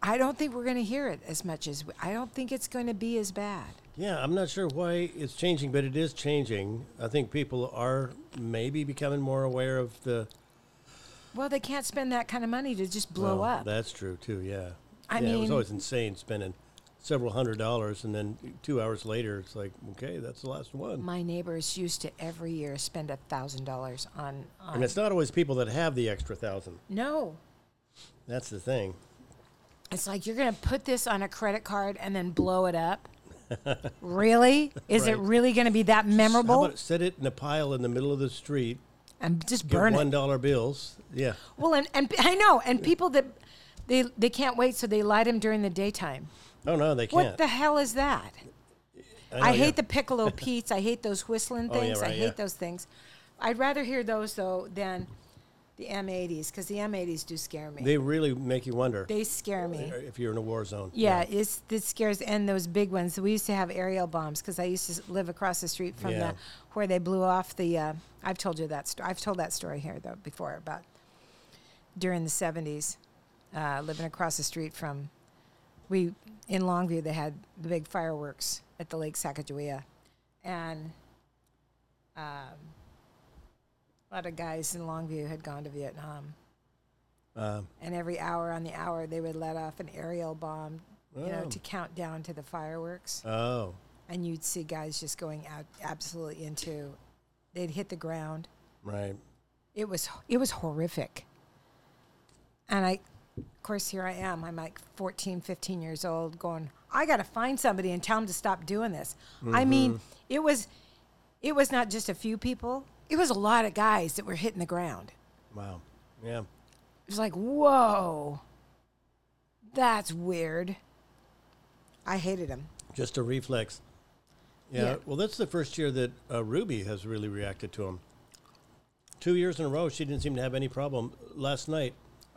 S2: I don't think we're going to hear it as much as I don't think it's going to be as bad.
S1: Yeah, I'm not sure why it's changing, but it is changing. I think people are maybe becoming more aware of the.
S2: Well, they can't spend that kind of money to just blow
S1: well,
S2: up.
S1: That's true too. Yeah.
S2: I
S1: yeah, it was
S2: mean-
S1: always insane spending several hundred dollars, and then two hours later, it's like, okay, that's the last one.
S2: My neighbors used to every year spend a thousand dollars on.
S1: and
S2: on
S1: it's not always people that have the extra thousand.
S2: no,
S1: That's the thing.
S2: it's like you're going to put this on a credit card and then blow it up. really? Is it
S1: Right.
S2: really going to be that
S1: How
S2: memorable?
S1: about set it in a pile in the middle of the street?
S2: and just
S1: Get
S2: burn
S1: one
S2: it.
S1: dollar bills. Yeah.
S2: Well, and, and I know, and people that they they can't wait, so they light them during the daytime.
S1: Oh no, they
S2: What
S1: can't.
S2: the hell is that?
S1: know,
S2: I
S1: yeah.
S2: hate the piccolo Pete's. I hate those whistling
S1: Oh, yeah,
S2: things. I
S1: right,
S2: hate
S1: yeah.
S2: those things. I'd rather hear those though than the M80s because the M80s do scare me. They,
S1: They really make you wonder uh,
S2: scare me.
S1: if you're in a war zone.
S2: Yeah, it's it scares and those big ones. We used to have aerial bombs because I used to s- live across the street from
S1: Yeah.
S2: the where they blew off the. Uh, I've told you that. Sto- I've told that story here though before about during the seventies, uh, living across the street from we in Longview. They had the big fireworks at the Lake Sacagawea, and um, a lot of guys in Longview had gone to Vietnam
S1: Uh,
S2: and every hour on the hour they would let off an aerial bomb you know
S1: Oh.
S2: to count down to the fireworks
S1: oh.
S2: and you'd see guys just going out absolutely into they'd hit the ground
S1: Right.
S2: it was it was horrific and i of course here i am i'm like 14 15 years old going i got to find somebody and tell them to stop doing this i mean it was it was not just a few people it was a lot of guys that were hitting the ground
S1: Wow. Yeah.
S2: It was like, whoa, that's weird. I hated him.
S1: Just a reflex. Yeah.
S2: Yeah.
S1: Well, that's the first year that uh, Ruby has really reacted to him. Two years in a row, she didn't seem to have any problem. Last night,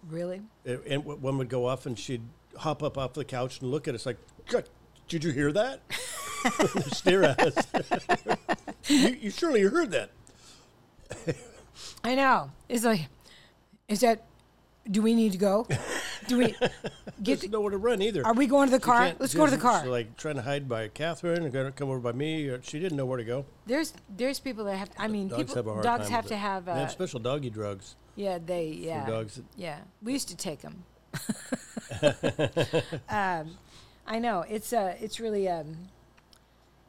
S2: Really?
S1: it, and w- one would go off, and she'd hop up off the couch and look at us like, "God, "Did you hear that?" Stare at us. you, you surely heard that.
S2: I know. It's like, is that? Do we need to go? Do we get?
S1: There's
S2: to-
S1: nowhere to run either.
S2: are we going to the
S1: You
S2: car?
S1: can't
S2: Let's go to the
S1: just,
S2: car.
S1: Like trying to hide by Catherine, and gonna come over by me. Or she didn't know where to go.
S2: There's there's people that have. I mean,
S1: dogs
S2: people
S1: have a hard
S2: dogs
S1: time
S2: have
S1: with
S2: to
S1: it.
S2: have.
S1: they
S2: Uh,
S1: have special doggy drugs
S2: yeah, they yeah.
S1: for dogs.
S2: Yeah, we used to take them. um, I know it's uh, it's really um,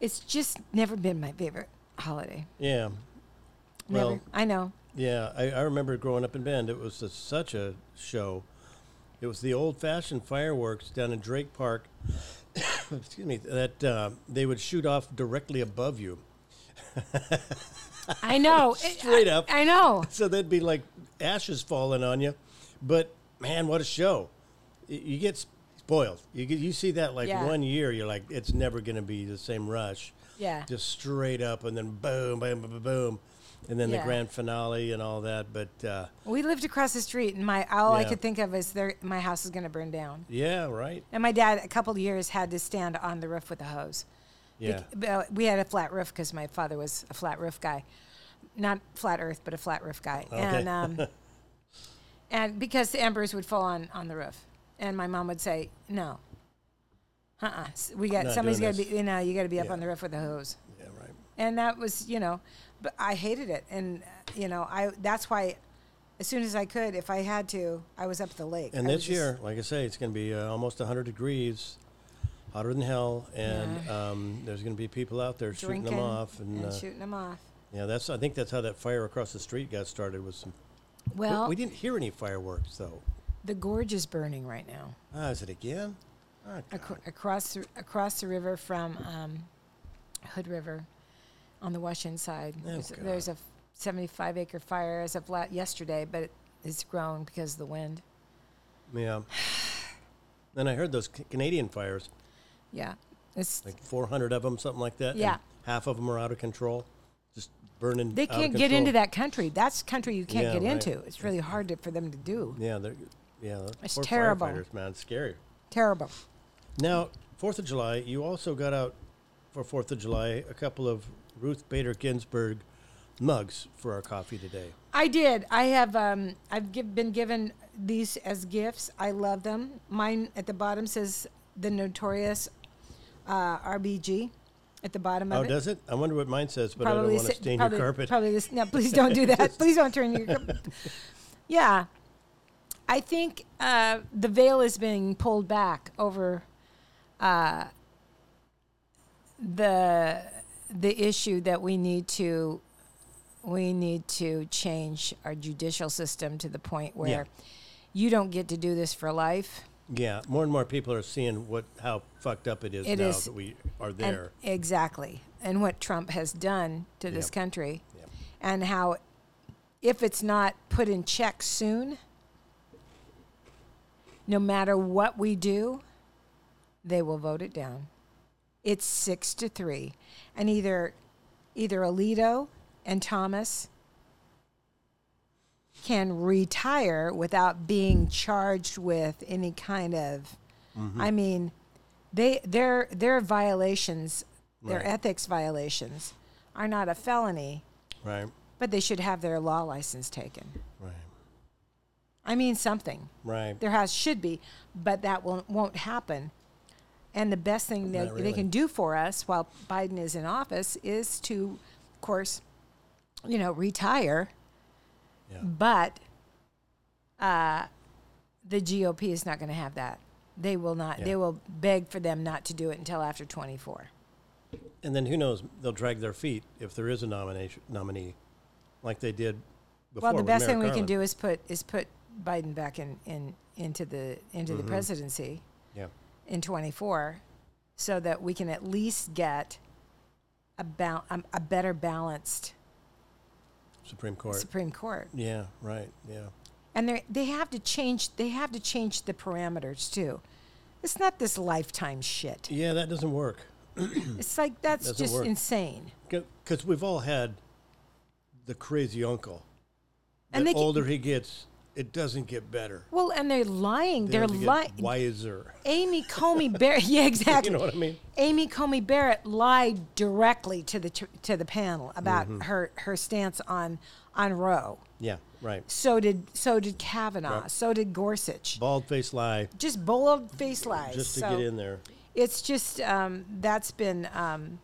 S2: it's just never been my favorite holiday.
S1: Yeah.
S2: Never.
S1: Well-
S2: I know.
S1: Yeah, I, I remember growing up in Bend. It was a, such a show. It was the old-fashioned fireworks down in Drake Park. excuse me. That uh, they would shoot off directly above you,
S2: I know. It-
S1: straight
S2: I-
S1: up.
S2: I know.
S1: so they'd be like ashes falling on you. But man, what a show! Y- You get spoiled. You get, you see that like
S2: Yeah.
S1: one year, you're like, it's never going to be the same rush.
S2: Yeah.
S1: Just straight up, and then boom, boom, boom, boom, and then
S2: Yeah.
S1: the grand finale and all that. But uh,
S2: We lived across the street, and my all I
S1: Yeah.
S2: could think of is there. My house is going to burn down.
S1: yeah, right.
S2: And my dad, a couple of years, had to stand on the roof with a hose.
S1: Yeah.
S2: Bec- uh, we had a flat roof because my father was a flat roof guy, not flat Earth, but a flat roof guy.
S1: Okay.
S2: And um, and because the embers would fall on on the roof, and my mom would say, "No, uh, uh we got
S1: Not
S2: somebody's
S1: doing
S2: got to be, you know, you got to be up
S1: Yeah.
S2: on the roof with a hose."
S1: Yeah, right.
S2: and that was you know but i hated it and uh, you know i that's why as soon as i could if i had to i was up at the lake
S1: And
S2: I would
S1: this
S2: just-
S1: year, like I say, it's going to be uh, almost 100 degrees, hotter than hell, and um, there's going to be people out there shooting
S2: drinking
S1: them off. And,
S2: and
S1: uh,
S2: shooting them off
S1: yeah, that's I think that's how that fire across the street got started. Was some, but
S2: well
S1: we didn't hear any fireworks though.
S2: the gorge is burning right now
S1: Ah, is it again? Ah,
S2: Acro- across the, across the river from um, hood river on the washington side there's,
S1: Oh, God.
S2: there's a 75 acre fire as of la- yesterday but it, it's grown because of the wind
S1: yeah. Then I heard those C- Canadian fires,
S2: yeah it's
S1: like 400 of them, something like that. and
S2: Yeah.
S1: half of them are out of control, just burning.
S2: they
S1: out of
S2: can't get
S1: control.
S2: into that country that's country you can't
S1: Yeah,
S2: get
S1: right.
S2: into it's really hard to, for them to do
S1: Yeah, they're yeah. those
S2: It's
S1: poor
S2: terrible.
S1: firefighters, man. It's scary.
S2: terrible
S1: Now, Fourth of July, you also got out for Fourth of July a couple of Ruth Bader Ginsburg mugs for our coffee today.
S2: I did. I have. Um, I've give, been given these as gifts. I love them. Mine at the bottom says the notorious uh, RBG at the bottom
S1: Oh,
S2: of it.
S1: does it? I wonder what mine says, but I don't want to
S2: sa-
S1: stain
S2: probably,
S1: your carpet.
S2: Probably this. No, please don't do that. please don't turn your. carpet. Yeah, I think uh, the veil is being pulled back over uh, the the issue that we need to we need to change our judicial system to the point where you don't get to do this for life.
S1: Yeah, more and more people are seeing what how fucked up it is
S2: It
S1: now
S2: is.
S1: that we are
S2: And-
S1: there.
S2: exactly. And what Trump has done to this
S1: Yep.
S2: country.
S1: Yep.
S2: And how, if it's not put in check soon, no matter what we do, they will vote it down. It's six to three. And either, either Alito and Thomas can retire without being charged with any kind of I mean, they their their violations, their
S1: Right.
S2: ethics violations, are not a felony,
S1: Right,
S2: but they should have their law license taken.
S1: right,
S2: I mean, something
S1: right.
S2: there has should be, but that won't won't happen. And the best thing they,
S1: Not
S2: they
S1: really.
S2: can do for us while Biden is in office is to, of course, you know, retire.
S1: Yeah.
S2: But uh, the GOP is not going to have that. They will not.
S1: Yeah.
S2: They will beg for them not to do it until after 24.
S1: And then who knows? They'll drag their feet if there is a nomination nominee, like they did before.
S2: well, the
S1: with
S2: best
S1: Merrick
S2: thing we can
S1: Garland.
S2: do is put is put Biden back in, in into the into
S1: Mm-hmm.
S2: the presidency.
S1: Yeah,
S2: in 24 so that we can at least get a, bal- um, a better balanced
S1: Supreme Court.
S2: Supreme Court.
S1: yeah, right. Yeah,
S2: And they they have to change they have to change the parameters too. It's not this lifetime shit.
S1: yeah. That doesn't work.
S2: It's like that's
S1: Mm. Doesn't
S2: just
S1: work.
S2: insane.
S1: because we've all had the crazy uncle. The
S2: And they ca-
S1: older he gets, it doesn't get better.
S2: Well, and they're lying.
S1: They
S2: They are
S1: don't get
S2: lying.
S1: wiser.
S2: Amy Comey Barrett. Yeah, exactly.
S1: You know what I mean?
S2: Amy Comey Barrett lied directly to the tr- to the panel about
S1: Mm-hmm.
S2: her her stance on on Roe.
S1: Yeah, right.
S2: So did so did Kavanaugh. So did Gorsuch.
S1: Bald face lie,
S2: Just bold face lies.
S1: just to
S2: So
S1: get in there.
S2: It's just um, that's been um,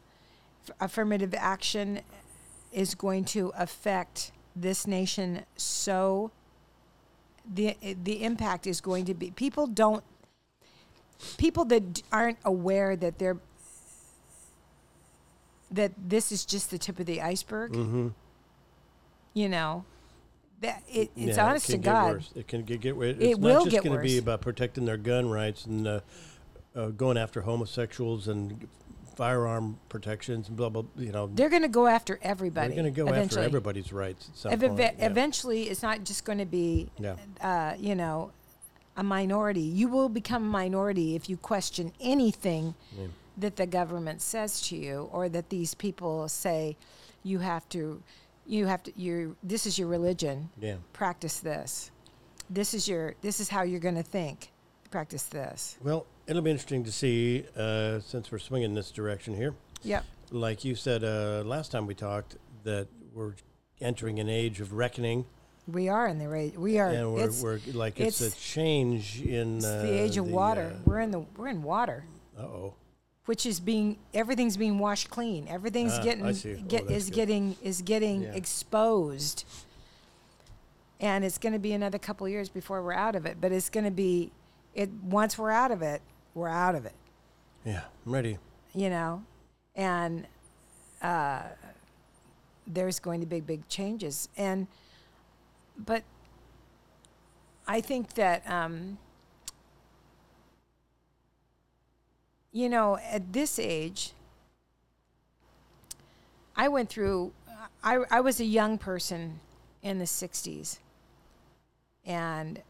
S2: f- affirmative action is going to affect this nation so the the impact is going to be people don't people that d- aren't aware that they're that this is just the tip of the iceberg
S1: Mm-hmm.
S2: you know that it, it's
S1: Yeah, it
S2: honest
S1: can
S2: to
S1: get
S2: god
S1: worse. It can get, get worse. It's not
S2: It will
S1: just
S2: get
S1: gonna be
S2: worse.
S1: about protecting their gun rights and uh, uh, going after homosexuals and firearm protections and blah blah. You know,
S2: they're going to go after everybody
S1: they're going to go after
S2: eventually.
S1: everybody's rights at some
S2: Ev-
S1: point.
S2: ev-
S1: yeah.
S2: Eventually, it's not just going to be,
S1: Yeah.
S2: uh, you know, a minority. You will become a minority if you question anything that the government says to you, or that these people say you have to, you have to, you. This is your religion.
S1: Yeah.
S2: Practice this. This is your. This is how you're going to think. Practice this.
S1: Well, it'll be interesting to see uh, since we're swinging this direction here.
S2: Yep.
S1: Like you said uh, last time we talked, that we're entering an age of reckoning,
S2: We are in the rage. We are.
S1: and we're,
S2: Uh, it's,
S1: we're like it's,
S2: it's-
S1: a change in
S2: it's
S1: uh,
S2: the age of water. we're in the. We're in water.
S1: Uh oh.
S2: which is being everything's being washed clean. Everything's
S1: Ah, I
S2: getting
S1: see. Oh,
S2: get,
S1: that's
S2: is
S1: good.
S2: getting is getting
S1: Yeah.
S2: exposed, and it's going to be another couple of years before we're out of it. But it's going to be it once we're out of it, we're out of it.
S1: Yeah, I'm ready.
S2: You know, and uh, there's going to be big changes. And but I think that. Um, you know, at this age, I went through, I, I was a young person in the 60s and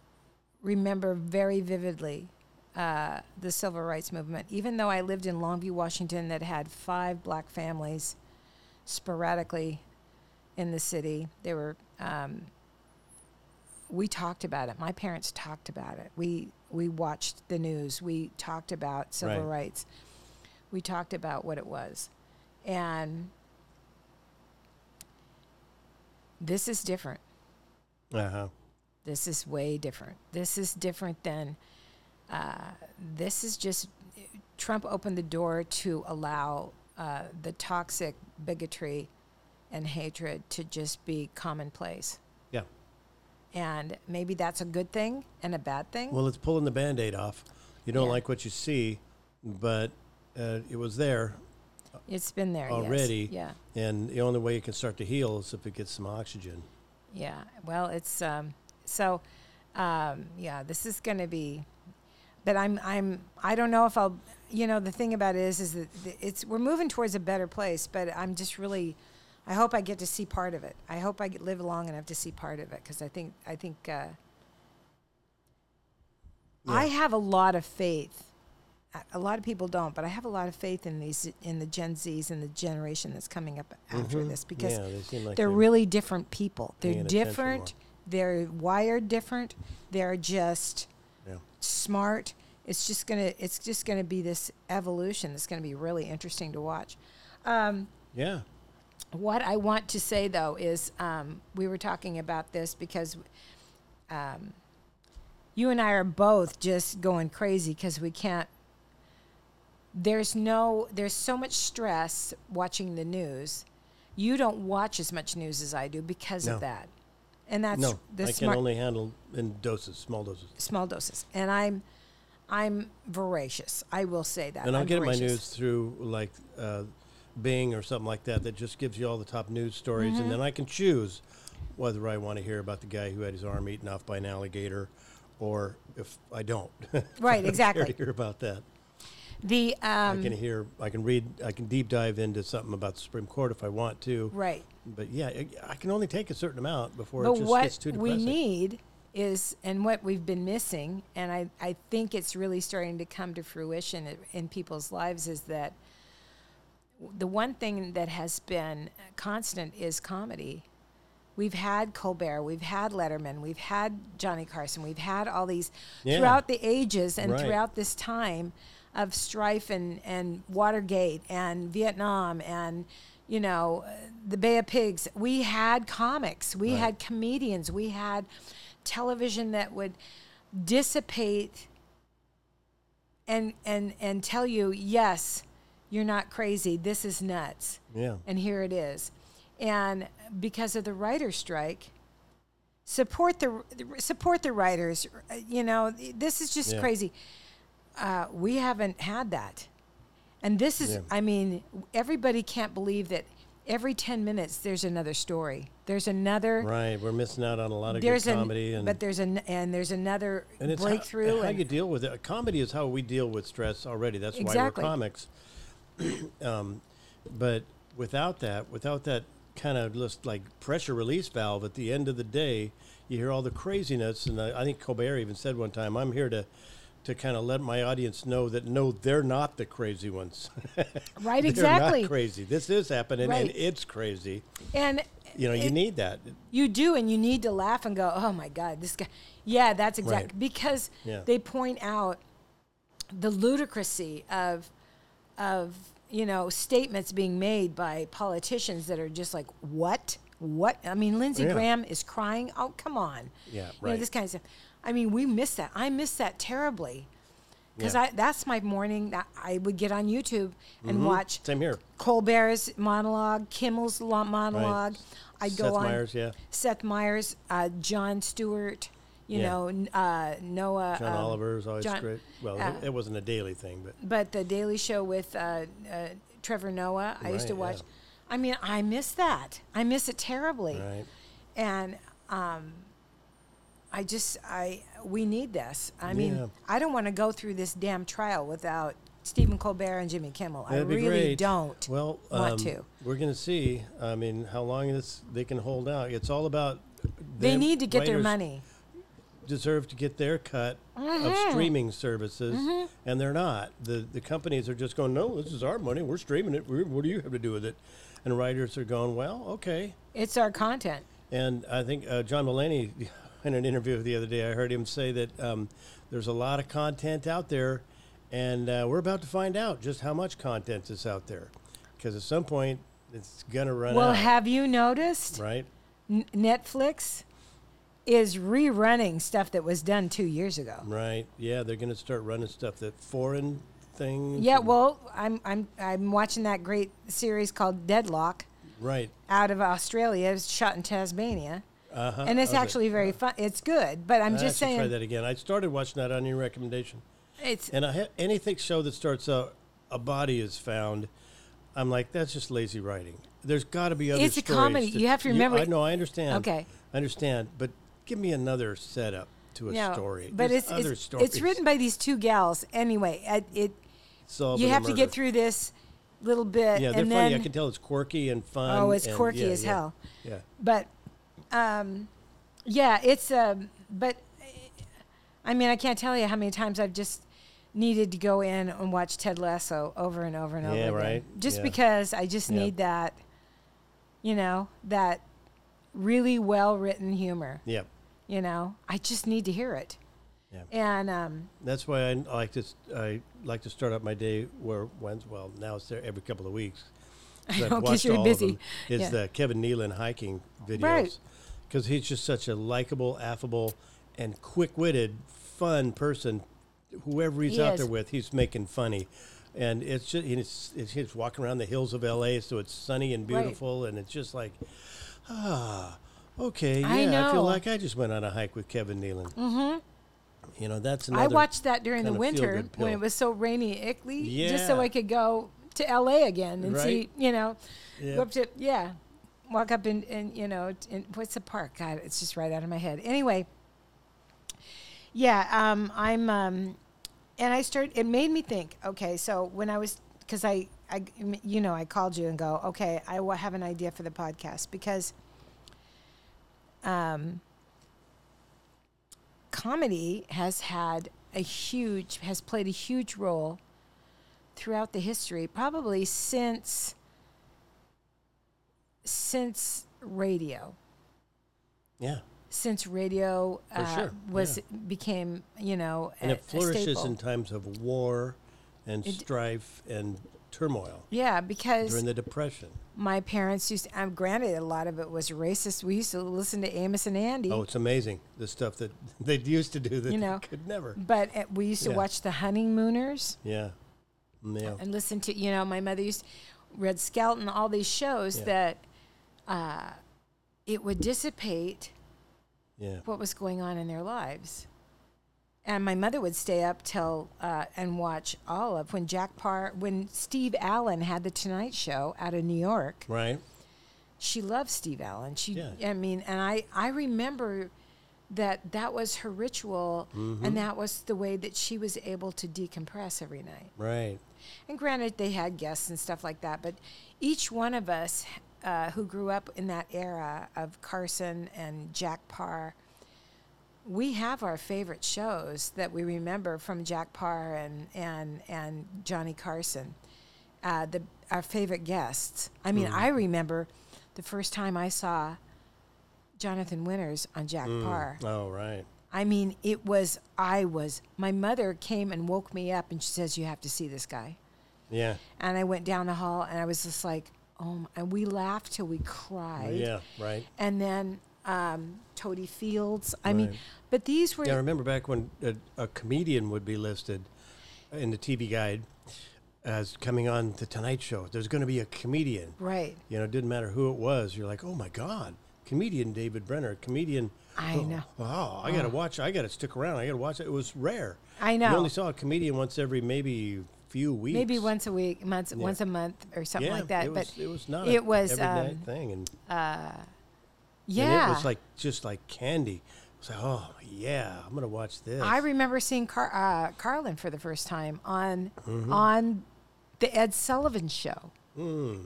S2: remember very vividly uh, the civil rights movement. Even though I lived in Longview, Washington, that had five black families sporadically in the city, they were, um, we talked about it. My parents talked about it. We, we watched the news. We talked about civil
S1: Right.
S2: rights. We talked about what it was. And this is different.
S1: Uh huh.
S2: This is way different. This is different than. Uh, this is just Trump opened the door to allow uh, the toxic bigotry and hatred to just be commonplace,
S1: Yeah.
S2: and maybe that's a good thing and a bad thing.
S1: Well, it's pulling the band aid off. You don't
S2: Yeah.
S1: like what you see, but uh, it was there
S2: it's been there Uh, yes.
S1: already.
S2: Yeah.
S1: And the only way it can start to heal is if it gets some oxygen.
S2: Yeah. Well, it's um, so um, yeah. This is going to be, but I'm I'm I don't know if I'll. You know, the thing about it is is that th- it's we're moving towards a better place, but I'm just really. I hope I get to see part of it. I hope I get, live long enough to see part of it because I think I think uh, I have a lot of faith. A- A lot of people don't, but I have a lot of faith in these in the Gen Zs and the generation that's coming up after this because
S1: Mm-hmm. yeah, they seem like
S2: they're really different people.
S1: paying
S2: They're
S1: attention
S2: different. They're wired different. They're just
S1: Yeah.
S2: smart. It's just gonna. It's just gonna be this evolution. That's gonna be really interesting to watch.
S1: Yeah.
S2: What I want to say though is, um, we were talking about this because um, you and I are both just going crazy because we can't. There's no. There's so much stress watching the news. You don't watch as much news as I do because
S1: No.
S2: of that, and that's
S1: No, I
S2: the
S1: can
S2: smart,
S1: only handle in doses, small doses.
S2: small doses. And I'm, I'm voracious. I will say that.
S1: And I'll
S2: I'm
S1: get my
S2: voracious.
S1: news through like uh, Bing or something like that that just gives you all the top news stories. And
S2: Mm-hmm.
S1: then I can choose whether I want to hear about the guy who had his arm eaten off by an alligator or if I don't.
S2: Right,
S1: care to
S2: exactly.
S1: hear about that.
S2: The
S1: I
S2: um,
S1: can hear, I can read, I can deep dive into something about the Supreme Court if I want to.
S2: right.
S1: But yeah, it, I can only take a certain amount before
S2: But
S1: it just
S2: what
S1: gets too
S2: we
S1: depressing.
S2: need is, and what we've been missing, and I, I think it's really starting to come to fruition i- in people's lives, is that the one thing that has been constant is comedy. We've had Colbert, we've had Letterman, we've had Johnny Carson, we've had all these
S1: Yeah.
S2: throughout the ages and
S1: Right.
S2: throughout this time of strife and, and Watergate and Vietnam and, you know, uh, the Bay of Pigs. We had comics, we
S1: Right.
S2: had comedians, we had television that would dissipate and and and tell you yes you're not crazy this is nuts
S1: Yeah.
S2: and here it is and because of the writer's strike support the support the writers uh, you know this is just
S1: Yeah.
S2: crazy uh, we haven't had that and this is
S1: Yeah.
S2: i mean everybody can't believe that every 10 minutes there's another story there's another
S1: Right. We're missing out on a lot of
S2: there's
S1: good
S2: an,
S1: comedy and
S2: but there's an and there's another
S1: and it's how-
S2: breakthrough
S1: How,
S2: and
S1: you deal with it. Comedy is how we deal with stress already. That's
S2: Exactly.
S1: why we're comics. um, but without that, without that kind of just like pressure release valve, at the end of the day, you hear all the craziness. And I, I think Colbert even said one time, "I'm here to." To kind of let my audience know that no, they're not the crazy ones.
S2: right
S1: They're
S2: exactly
S1: not crazy. This is happening, and
S2: Right.
S1: it's crazy.
S2: and
S1: You know, you
S2: it-
S1: need that.
S2: you do and you need to laugh and go oh my god this guy yeah that's exactly
S1: Right.
S2: because
S1: Yeah.
S2: they point out the ludicrousy of of you know statements being made by politicians that are just like what what i mean lindsey
S1: Yeah.
S2: graham is crying oh come on
S1: Yeah,
S2: you know
S1: right.
S2: this kind of stuff i mean we miss that i miss that terribly because
S1: Yeah.
S2: i that's my morning that i would get on youtube
S1: Mm-hmm.
S2: and watch
S1: Same here.
S2: Colbert's monologue, Kimmel's lo- monologue. I'd
S1: Seth
S2: go on
S1: Meyers, yeah.
S2: Seth Meyers, uh, John Stewart, you
S1: Yeah.
S2: know, n- uh, Noah.
S1: John
S2: um,
S1: Oliver is always
S2: John-
S1: great. Well,
S2: uh,
S1: it, it wasn't a daily thing, but
S2: But the Daily Show with uh, uh, Trevor Noah, I used to
S1: Right,
S2: watch.
S1: yeah.
S2: I mean, I miss that. I miss it terribly.
S1: right.
S2: And um, I just, I we need this. I mean,
S1: Yeah.
S2: I don't want to go through this damn trial without Stephen Colbert and Jimmy Kimmel. I
S1: That'd be
S2: really
S1: great.
S2: don't
S1: well,
S2: want
S1: um,
S2: to.
S1: We're going to see. I mean, how long this they can hold out. It's all about
S2: They
S1: them-
S2: need to get their
S1: writers
S2: money.
S1: Deserve to get their cut of
S2: Mm-hmm.
S1: streaming services, and they're not. the The companies are just going, no, this is our money. We're streaming it. We're, what do you have to do with it? And writers are going, well, okay.
S2: It's our content.
S1: And I think uh, John Mulaney, in an interview the other day, I heard him say that um, there's a lot of content out there, and uh, we're about to find out just how much content is out there, because at some point it's gonna run
S2: Well,
S1: out,
S2: have you noticed
S1: right?
S2: N- Netflix is rerunning stuff that was done two years ago?
S1: Right? Yeah, they're gonna start running stuff that foreign things.
S2: Yeah, well, I'm I'm I'm watching that great series called Deadlock
S1: right.
S2: out of Australia. It's shot in Tasmania,
S1: Uh-huh.
S2: and it's
S1: How's it?
S2: actually very fun. It's good, but I'm
S1: I
S2: just
S1: should try
S2: saying
S1: that again. I started watching that on your recommendation.
S2: it's
S1: And I ha- anything show that starts out a body is found, I'm like that's just lazy writing. There's got to be other.
S2: It's a
S1: stories
S2: comedy.
S1: to-
S2: You have to remember-
S1: I know. I understand.
S2: Okay.
S1: I understand, but give me another setup to a
S2: no,
S1: story.
S2: but
S1: There's
S2: it's
S1: other
S2: it's,
S1: stories.
S2: it's written by these two gals. Anyway, it, it
S1: Solving
S2: you
S1: a
S2: have to
S1: murder.
S2: get through this little bit,
S1: Yeah, they're
S2: and
S1: funny.
S2: then
S1: I can tell it's quirky and fun.
S2: oh, it's
S1: and-
S2: quirky
S1: yeah,
S2: as
S1: yeah,
S2: hell.
S1: Yeah.
S2: but um, yeah, it's um, but I mean, I can't tell you how many times I've just needed to go in and watch Ted Lasso over and over and over
S1: Yeah,
S2: again,
S1: right.
S2: just
S1: Yeah.
S2: because I just
S1: Yeah.
S2: need that, you know, that really well written humor.
S1: Yeah.
S2: You know, I just need to hear it,
S1: Yeah.
S2: and um,
S1: That's why I like to s- I like to start out my day where when's well now it's there every couple of weeks. 'cause I've
S2: know, 'cause
S1: watched
S2: you're
S1: all
S2: busy.
S1: Of them, is
S2: Yeah.
S1: the Kevin Nealon hiking
S2: Right.
S1: videos because he's just such a likable, affable, and quick-witted, fun person. Whoever he's
S2: He
S1: out
S2: is.
S1: there with, he's making funny, and it's just and it's, it's he's walking around the hills of L.A. So it's sunny and
S2: Right.
S1: beautiful, and it's just like ah. Okay, yeah,
S2: I know.
S1: feel like I just went on a hike with Kevin Nealon. Mm-hmm. You know, that's another
S2: I watched that during the
S1: kind of
S2: winter
S1: feel-good
S2: when
S1: pill.
S2: it was so rainy, and ickly, just so
S1: Yeah.
S2: I could go to L.A. again and see,
S1: Right.
S2: you know,
S1: Yeah.
S2: Go up to yeah, walk up and and you know t- and what's the park? God, it's just right out of my head. Anyway, yeah, um, I'm um, and I started. It made me think. Okay, so when I was because I I you know I called you and go okay I wa- have an idea for the podcast because um, comedy has had a huge has played a huge role throughout the history probably since since radio
S1: Yeah.
S2: since radio
S1: For
S2: uh,
S1: sure,
S2: was
S1: yeah.
S2: became you know
S1: And
S2: a,
S1: it
S2: a
S1: flourishes
S2: staple.
S1: in times of war and
S2: It-
S1: strife and turmoil
S2: yeah because
S1: during the Depression.
S2: my parents used to, um, granted a lot of it was racist we used to listen to amos and andy
S1: Oh, it's amazing the stuff that they used to do that
S2: You
S1: they
S2: know.
S1: could never.
S2: but uh, we used to
S1: Yeah.
S2: watch the honeymooners
S1: Yeah. Yeah.
S2: and listen to you know my mother used red skelton all these shows
S1: Yeah.
S2: that uh, it would dissipate
S1: Yeah.
S2: what was going on in their lives and my mother would stay up till uh, and watch all of when jack Par when steve allen had the tonight show out of new york
S1: Right.
S2: she loved Steve Allen. She,
S1: Yeah.
S2: I mean, and I, I remember that that was her ritual, and that was the way that she was able to decompress every night.
S1: Right.
S2: And granted, they had guests and stuff like that, but each one of us uh, who grew up in that era of Carson and Jack Parr, we have our favorite shows that we remember from Jack Parr and and and Johnny Carson, uh, the our favorite guests. I mean, I remember the first time I saw Jonathan Winters on Jack Parr.
S1: Oh, right.
S2: I mean, it was, I was, my mother came and woke me up and she says, You have to see this guy.
S1: Yeah.
S2: And I went down the hall and I was just like, Oh, my, and we laughed till we cried.
S1: Yeah. Right.
S2: And then um, Toady Fields. I mean,
S1: Right.
S2: but these were,
S1: Yeah, I remember back when a, a comedian would be listed in the TV guide as coming on the Tonight Show. There's going to be a comedian.
S2: right.
S1: You know, it didn't matter who it was. You're like, oh my God, comedian David Brenner, comedian.
S2: I
S1: oh,
S2: know.
S1: Wow, I got to watch. I got to stick around. I got to watch it. It was rare.
S2: I
S1: You
S2: know.
S1: only saw a comedian once every maybe few weeks.
S2: Maybe once a week, months, once a month or something
S1: yeah,
S2: like that.
S1: It was,
S2: but
S1: it was not.
S2: it
S1: a
S2: was,
S1: every night
S2: um,
S1: thing, and,
S2: yeah.
S1: and it was like just like candy. It's like, oh yeah, I'm gonna watch this.
S2: I remember seeing Car- uh, Carlin for the first time on
S1: Mm-hmm.
S2: on the Ed Sullivan show.
S1: Mm.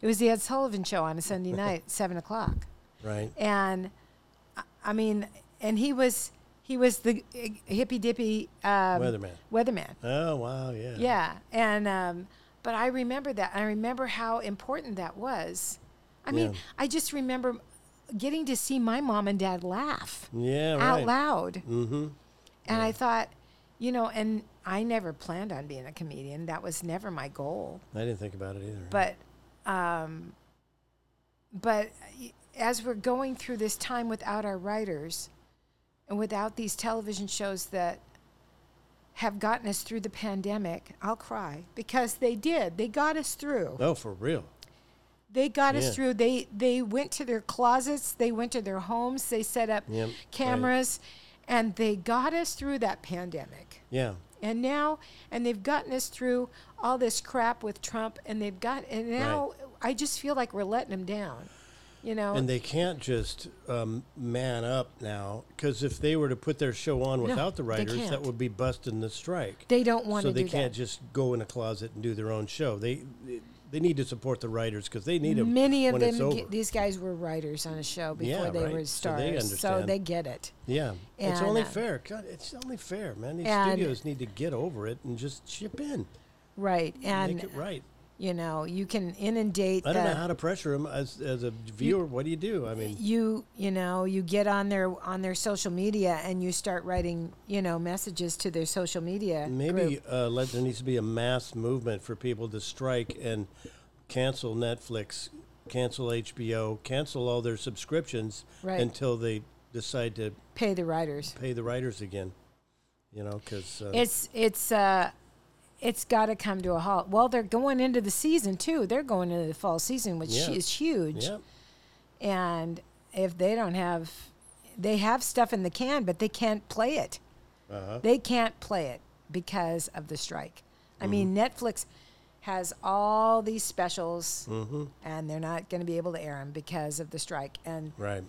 S2: It was the Ed Sullivan show on a Sunday night, seven o'clock,
S1: right.
S2: and I- I mean, and he was he was the hippy dippy um,
S1: Weatherman.
S2: Weatherman,
S1: Oh wow, yeah.
S2: yeah. And um, but I remember that. I remember how important that was. I mean,
S1: Yeah.
S2: I just remember getting to see my mom and dad laugh
S1: Yeah,
S2: out
S1: right.
S2: loud. Mm-hmm. And I thought, you know, and I never planned on being a comedian. That was never my goal.
S1: I didn't think about it either.
S2: But, um, but y- as we're going through this time without our writers and without these television shows that have gotten us through the pandemic, I'll cry because they did. They got us through.
S1: oh, for real.
S2: They got
S1: Yeah.
S2: us through. They they went to their closets. They went to their homes. They set up
S1: Yep, right.
S2: cameras, and they got us through that pandemic.
S1: Yeah.
S2: And now, and they've gotten us through all this crap with Trump. And they've got and now I just feel like we're letting them down. You know,
S1: And they can't just um, man up now because if they were to put their show on without the
S2: they
S1: writers, that
S2: can't.
S1: would be busting the strike.
S2: they don't want
S1: so
S2: to
S1: they
S2: do
S1: can't
S2: that.
S1: just go in a closet and do their own show. They they- they need to support the writers because they need them.
S2: Many of
S1: when
S2: them,
S1: It's
S2: g-
S1: over.
S2: these guys were writers on a show before
S1: Yeah,
S2: they
S1: right.
S2: were
S1: So they
S2: stars, so
S1: understand.
S2: they get it.
S1: yeah, it's
S2: and,
S1: only
S2: uh,
S1: fair. God, it's only fair, man. These
S2: and-
S1: studios need to get over it and just chip in,
S2: Right, and
S1: make it right.
S2: you know, you can inundate.
S1: I don't
S2: the,
S1: know how to pressure them as as a viewer. what do you do? I mean,
S2: you you know you get on their on their social media and you start writing you know messages to their social media
S1: Maybe
S2: group.
S1: uh, like there needs to be a mass movement for people to strike and cancel Netflix, cancel HBO, cancel all their subscriptions
S2: Right.
S1: until they decide to
S2: pay the writers
S1: pay the writers again. You know, because uh,
S2: it's it's uh it's got to come to a halt well they're going into the season too they're going into the fall season which
S1: Yeah.
S2: is huge
S1: yeah,
S2: and if they don't have they have stuff in the can but they can't play it
S1: Uh-huh.
S2: they can't play it because of the strike i mean
S1: Mm-hmm.
S2: netflix has all these specials
S1: Mm-hmm.
S2: and they're not going to be able to air them because of the strike and
S1: right.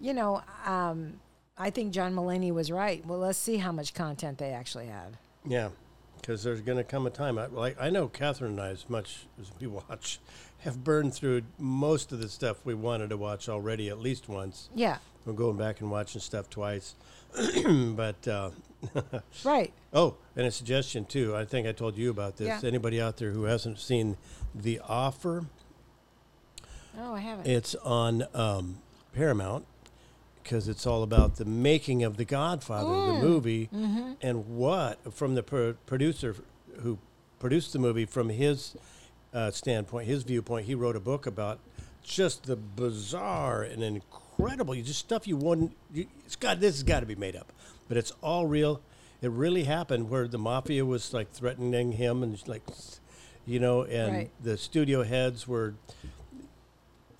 S2: you know um, i think john mullaney was right well let's see how much content they actually have
S1: Yeah, because there's going to come a time. I, like I know, Catherine and I, as much as we watch, have burned through most of the stuff we wanted to watch already at least once.
S2: yeah
S1: We're going back and watching stuff twice, but. Uh,
S2: right
S1: Oh, and a suggestion too. I think I told you about this.
S2: Yeah.
S1: Anybody out there who hasn't seen The Offer,
S2: oh i haven't
S1: it's on um, Paramount. because it's all about the making of The Godfather, the movie, and what from the pro- producer who produced the movie from his uh, standpoint, his viewpoint. He wrote a book about just the bizarre and incredible, you just stuff you wouldn't. You, it's got this has got to be made up, but it's all real. It really happened where the mafia was like threatening him and like, you know, and
S2: Right.
S1: the studio heads were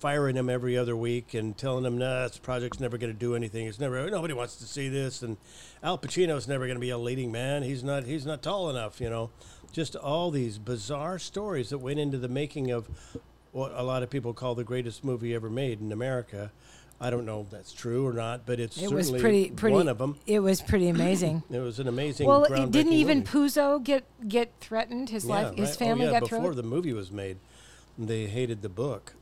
S1: firing him every other week and telling him, "Nah, this project's never going to do anything. It's never nobody wants to see this." And Al Pacino's never going to be a leading man. He's not. He's not tall enough. You know, just all these bizarre stories that went into the making of what a lot of people call the greatest movie ever made in America. I don't know if that's true or not, but it's
S2: It was
S1: certainly
S2: pretty, pretty.
S1: one of them.
S2: It was pretty amazing.
S1: It was an amazing.
S2: well, it
S1: groundbreaking
S2: didn't even
S1: movie.
S2: Puzo get get threatened. His life,
S1: Yeah,
S2: his
S1: right.
S2: family
S1: oh, yeah,
S2: got
S1: before
S2: threatened.
S1: the movie was made, they hated the book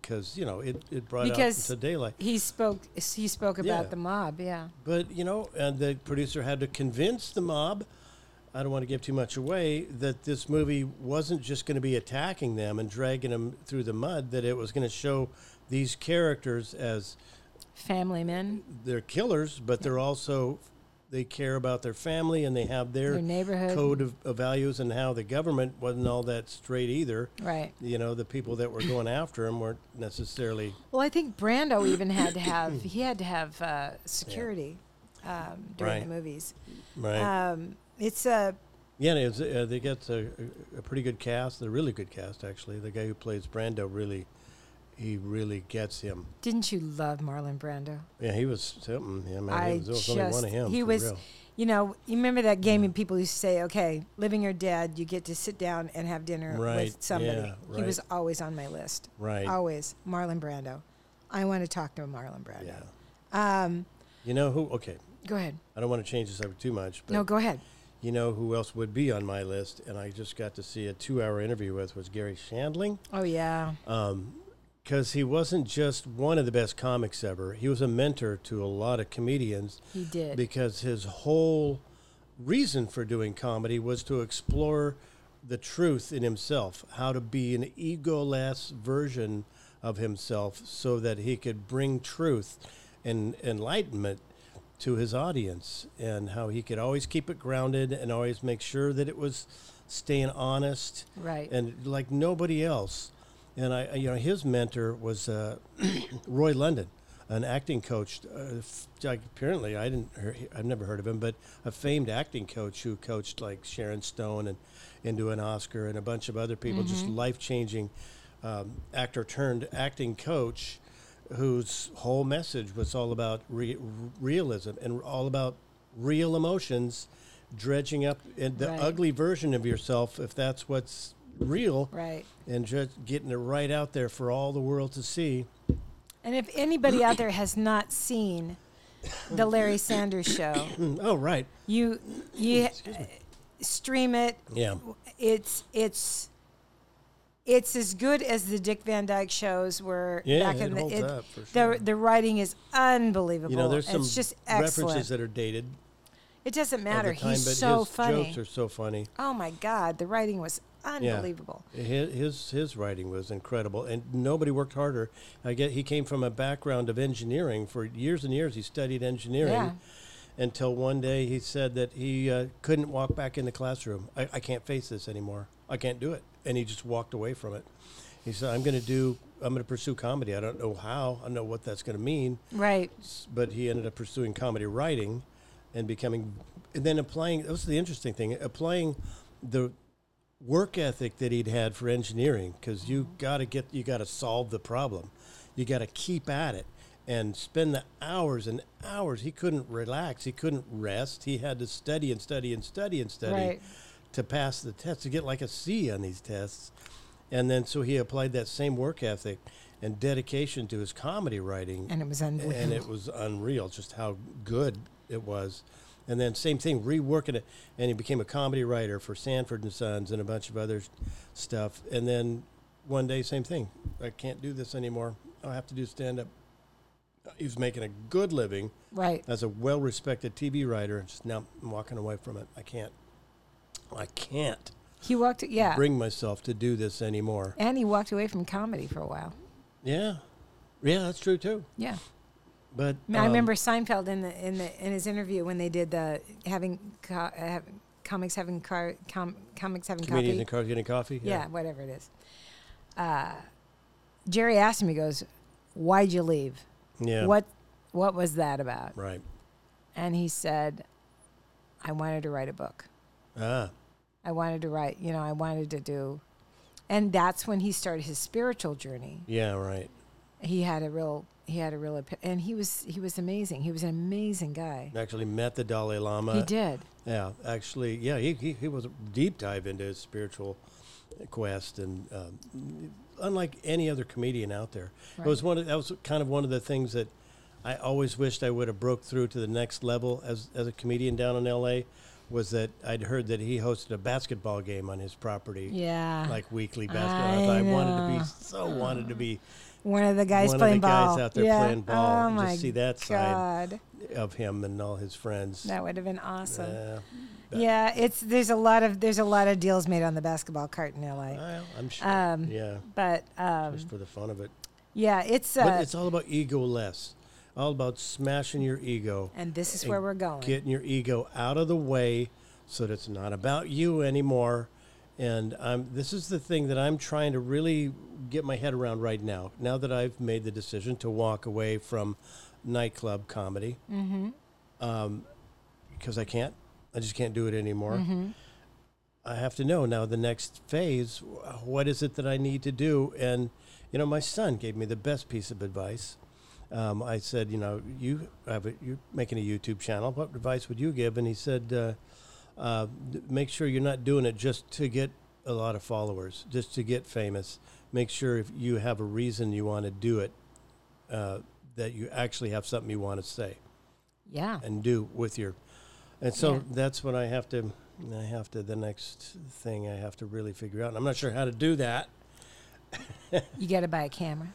S1: because you know it, it brought
S2: Because-
S1: out into daylight.
S2: He spoke. He spoke about
S1: Yeah.
S2: the mob. Yeah.
S1: But you know, and the producer had to convince the mob. I don't want to give too much away that this movie wasn't just going to be attacking them and dragging them through the mud. That it was going to show these characters as
S2: Family men,
S1: they're killers, but they're also they care about their family and they have their,
S2: Their neighborhood.
S1: code of, of values and how the government wasn't all that straight either.
S2: right?
S1: You know, the people that were going after him weren't necessarily
S2: Well, I think Brando even had to have. He had to have uh, security um, during the
S1: Right.
S2: movies.
S1: right.
S2: Um, it's a
S1: Yeah, and it's, uh, they got a, a pretty good cast. They're really good cast, actually. The guy who plays Brando really, he really gets him.
S2: Didn't you love Marlon Brando?
S1: Yeah, he was something. Yeah, man,
S2: I
S1: he was, there was only one of
S2: just-
S1: him.
S2: he
S1: for
S2: was-
S1: real.
S2: You know, you remember that game and people used to say, "Okay, living or dead, you get to sit down and have dinner
S1: Right,
S2: with somebody."
S1: yeah,
S2: He was
S1: right.
S2: always on my list.
S1: right.
S2: Always Marlon Brando. I want to talk to Marlon Brando.
S1: Yeah.
S2: Um,
S1: You know who? Okay,
S2: go ahead.
S1: I don't want to change this up too much, but
S2: no, go ahead.
S1: you know who else would be on my list? And I just got to see a two-hour interview with was Gary Shandling.
S2: Oh yeah.
S1: Uh, Because he wasn't just one of the best comics ever. He was a mentor to a lot of comedians.
S2: He did.
S1: because his whole reason for doing comedy was to explore the truth in himself, how to be an egoless version of himself so that he could bring truth and enlightenment to his audience and how he could always keep it grounded and always make sure that it was staying honest
S2: Right.
S1: and like nobody else. And I, I- you know, his mentor was uh, Roy London, an acting coach. Uh, f- like, apparently, I didn't, hear, I've never heard of him, but a famed acting coach who coached like Sharon Stone and into an Oscar and a bunch of other people, just life changing um, actor turned acting coach, whose whole message was all about re- realism and all about real emotions, dredging up and the
S2: Right.
S1: ugly version of yourself if that's what's real
S2: right.
S1: and just getting it right out there for all the world to see.
S2: And if anybody out there has not seen the Larry Sanders Show,
S1: Mm, Oh, right.
S2: you you uh, stream it.
S1: Yeah.
S2: It's it's it's as good as the Dick Van Dyke shows were
S1: Yeah,
S2: back
S1: it
S2: in the
S1: holds up for sure.
S2: the the writing is unbelievable.
S1: You know, there's some
S2: it's just
S1: references
S2: excellent.
S1: that are dated
S2: It doesn't
S1: at
S2: matter.
S1: the time, but
S2: He's so
S1: his
S2: funny.
S1: jokes are so funny.
S2: oh my God, the writing was
S1: Yeah.
S2: unbelievable.
S1: His, his his writing was incredible, and nobody worked harder. I get he came from a background of engineering for years and years. He studied engineering
S2: Yeah.
S1: until one day he said that he uh, couldn't walk back in the classroom. I, I can't face this anymore. I can't do it, and he just walked away from it. He said, "I'm going to do. I'm going to pursue comedy. I don't know how. I don't know what that's going to mean."
S2: Right.
S1: s- but he ended up pursuing comedy writing and becoming and then applying that was the interesting thing applying the work ethic that he'd had for engineering because
S2: Mm-hmm.
S1: you got to get you got to solve the problem you got to keep at it and spend the hours and hours he couldn't relax he couldn't rest he had to study and study and study and study
S2: Right.
S1: to pass the test to get like a c on these tests and then so he applied that same work ethic and dedication to his comedy writing
S2: And it was unbelievable.
S1: and it was unreal just how good it was. And then same thing, reworking it, and he became a comedy writer for Sanford and Sons and a bunch of other s- stuff. And then one day, same thing. I can't do this anymore. I have to do stand up. He was making a good living
S2: right.
S1: as a well-respected TV writer, and just now I'm walking away from it. I can't. I can't
S2: He walked. Yeah.
S1: bring myself to do this anymore.
S2: and he walked away from comedy for a while.
S1: Yeah, yeah, that's true too.
S2: Yeah.
S1: But
S2: I
S1: um,
S2: remember Seinfeld in the in the in his interview when they did the having co- uh, have, comics having car com, comics having
S1: comedians
S2: coffee.
S1: in cars getting coffee.
S2: yeah. whatever it is. Uh, Jerry asked him. He goes, "Why'd you leave?
S1: Yeah.
S2: What what was that about?"
S1: Right.
S2: And he said, "I wanted to write a book.
S1: Ah.
S2: I wanted to write. You know, I wanted to do." And that's when he started his spiritual journey.
S1: Yeah. Right.
S2: He had a real he had a real epi- and he was he was amazing. He was an amazing guy.
S1: Actually met the Dalai Lama.
S2: he did.
S1: Yeah, actually, yeah, he, he, he was a deep dive into his spiritual quest, and um, unlike any other comedian out there, it was
S2: Right.
S1: one of, that was kind of one of the things that I always wished I would have broke through to the next level as as a comedian down in L.A. Was that I'd heard that he hosted a basketball game on his property,
S2: Yeah.
S1: like weekly basketball. I,
S2: I
S1: I wanted to
S2: know.
S1: be so wanted to be
S2: One of the guys
S1: one of the
S2: playing
S1: guys
S2: ball.
S1: out there
S2: yeah.
S1: playing ball.
S2: Oh
S1: Just
S2: my
S1: see that side.
S2: God.
S1: of him and all his friends.
S2: That would have been awesome.
S1: Yeah, but-
S2: yeah, it's there's a lot of there's a lot of deals made on the basketball cart in LA.
S1: well, I'm sure.
S2: Um,
S1: yeah.
S2: But um,
S1: just for the fun of it.
S2: yeah, it's uh,
S1: But it's all about ego less, all about smashing your ego,
S2: and this is
S1: and
S2: where we're going.
S1: getting your ego out of the way, so that it's not about you anymore. And I'm, this is the thing that I'm trying to really get my head around right now. Now that I've made the decision to walk away from nightclub comedy, mm-hmm. um, because I can't, I just can't do it anymore. I have to know now the next phase. wh- What is it that I need to do? And you know, my son gave me the best piece of advice. Um, I said, you know, you have a, you're making a YouTube channel. What advice would you give? And he said, uh, uh, d- make sure you're not doing it just to get a lot of followers, just to get famous. Make sure if you have a reason you want to do it, uh, that you actually have something you want to say
S2: yeah,
S1: and do with your and so
S2: Yeah.
S1: that's what i have to i have to the next thing i have to really figure out and i'm not sure how to do that
S2: you got to buy a camera.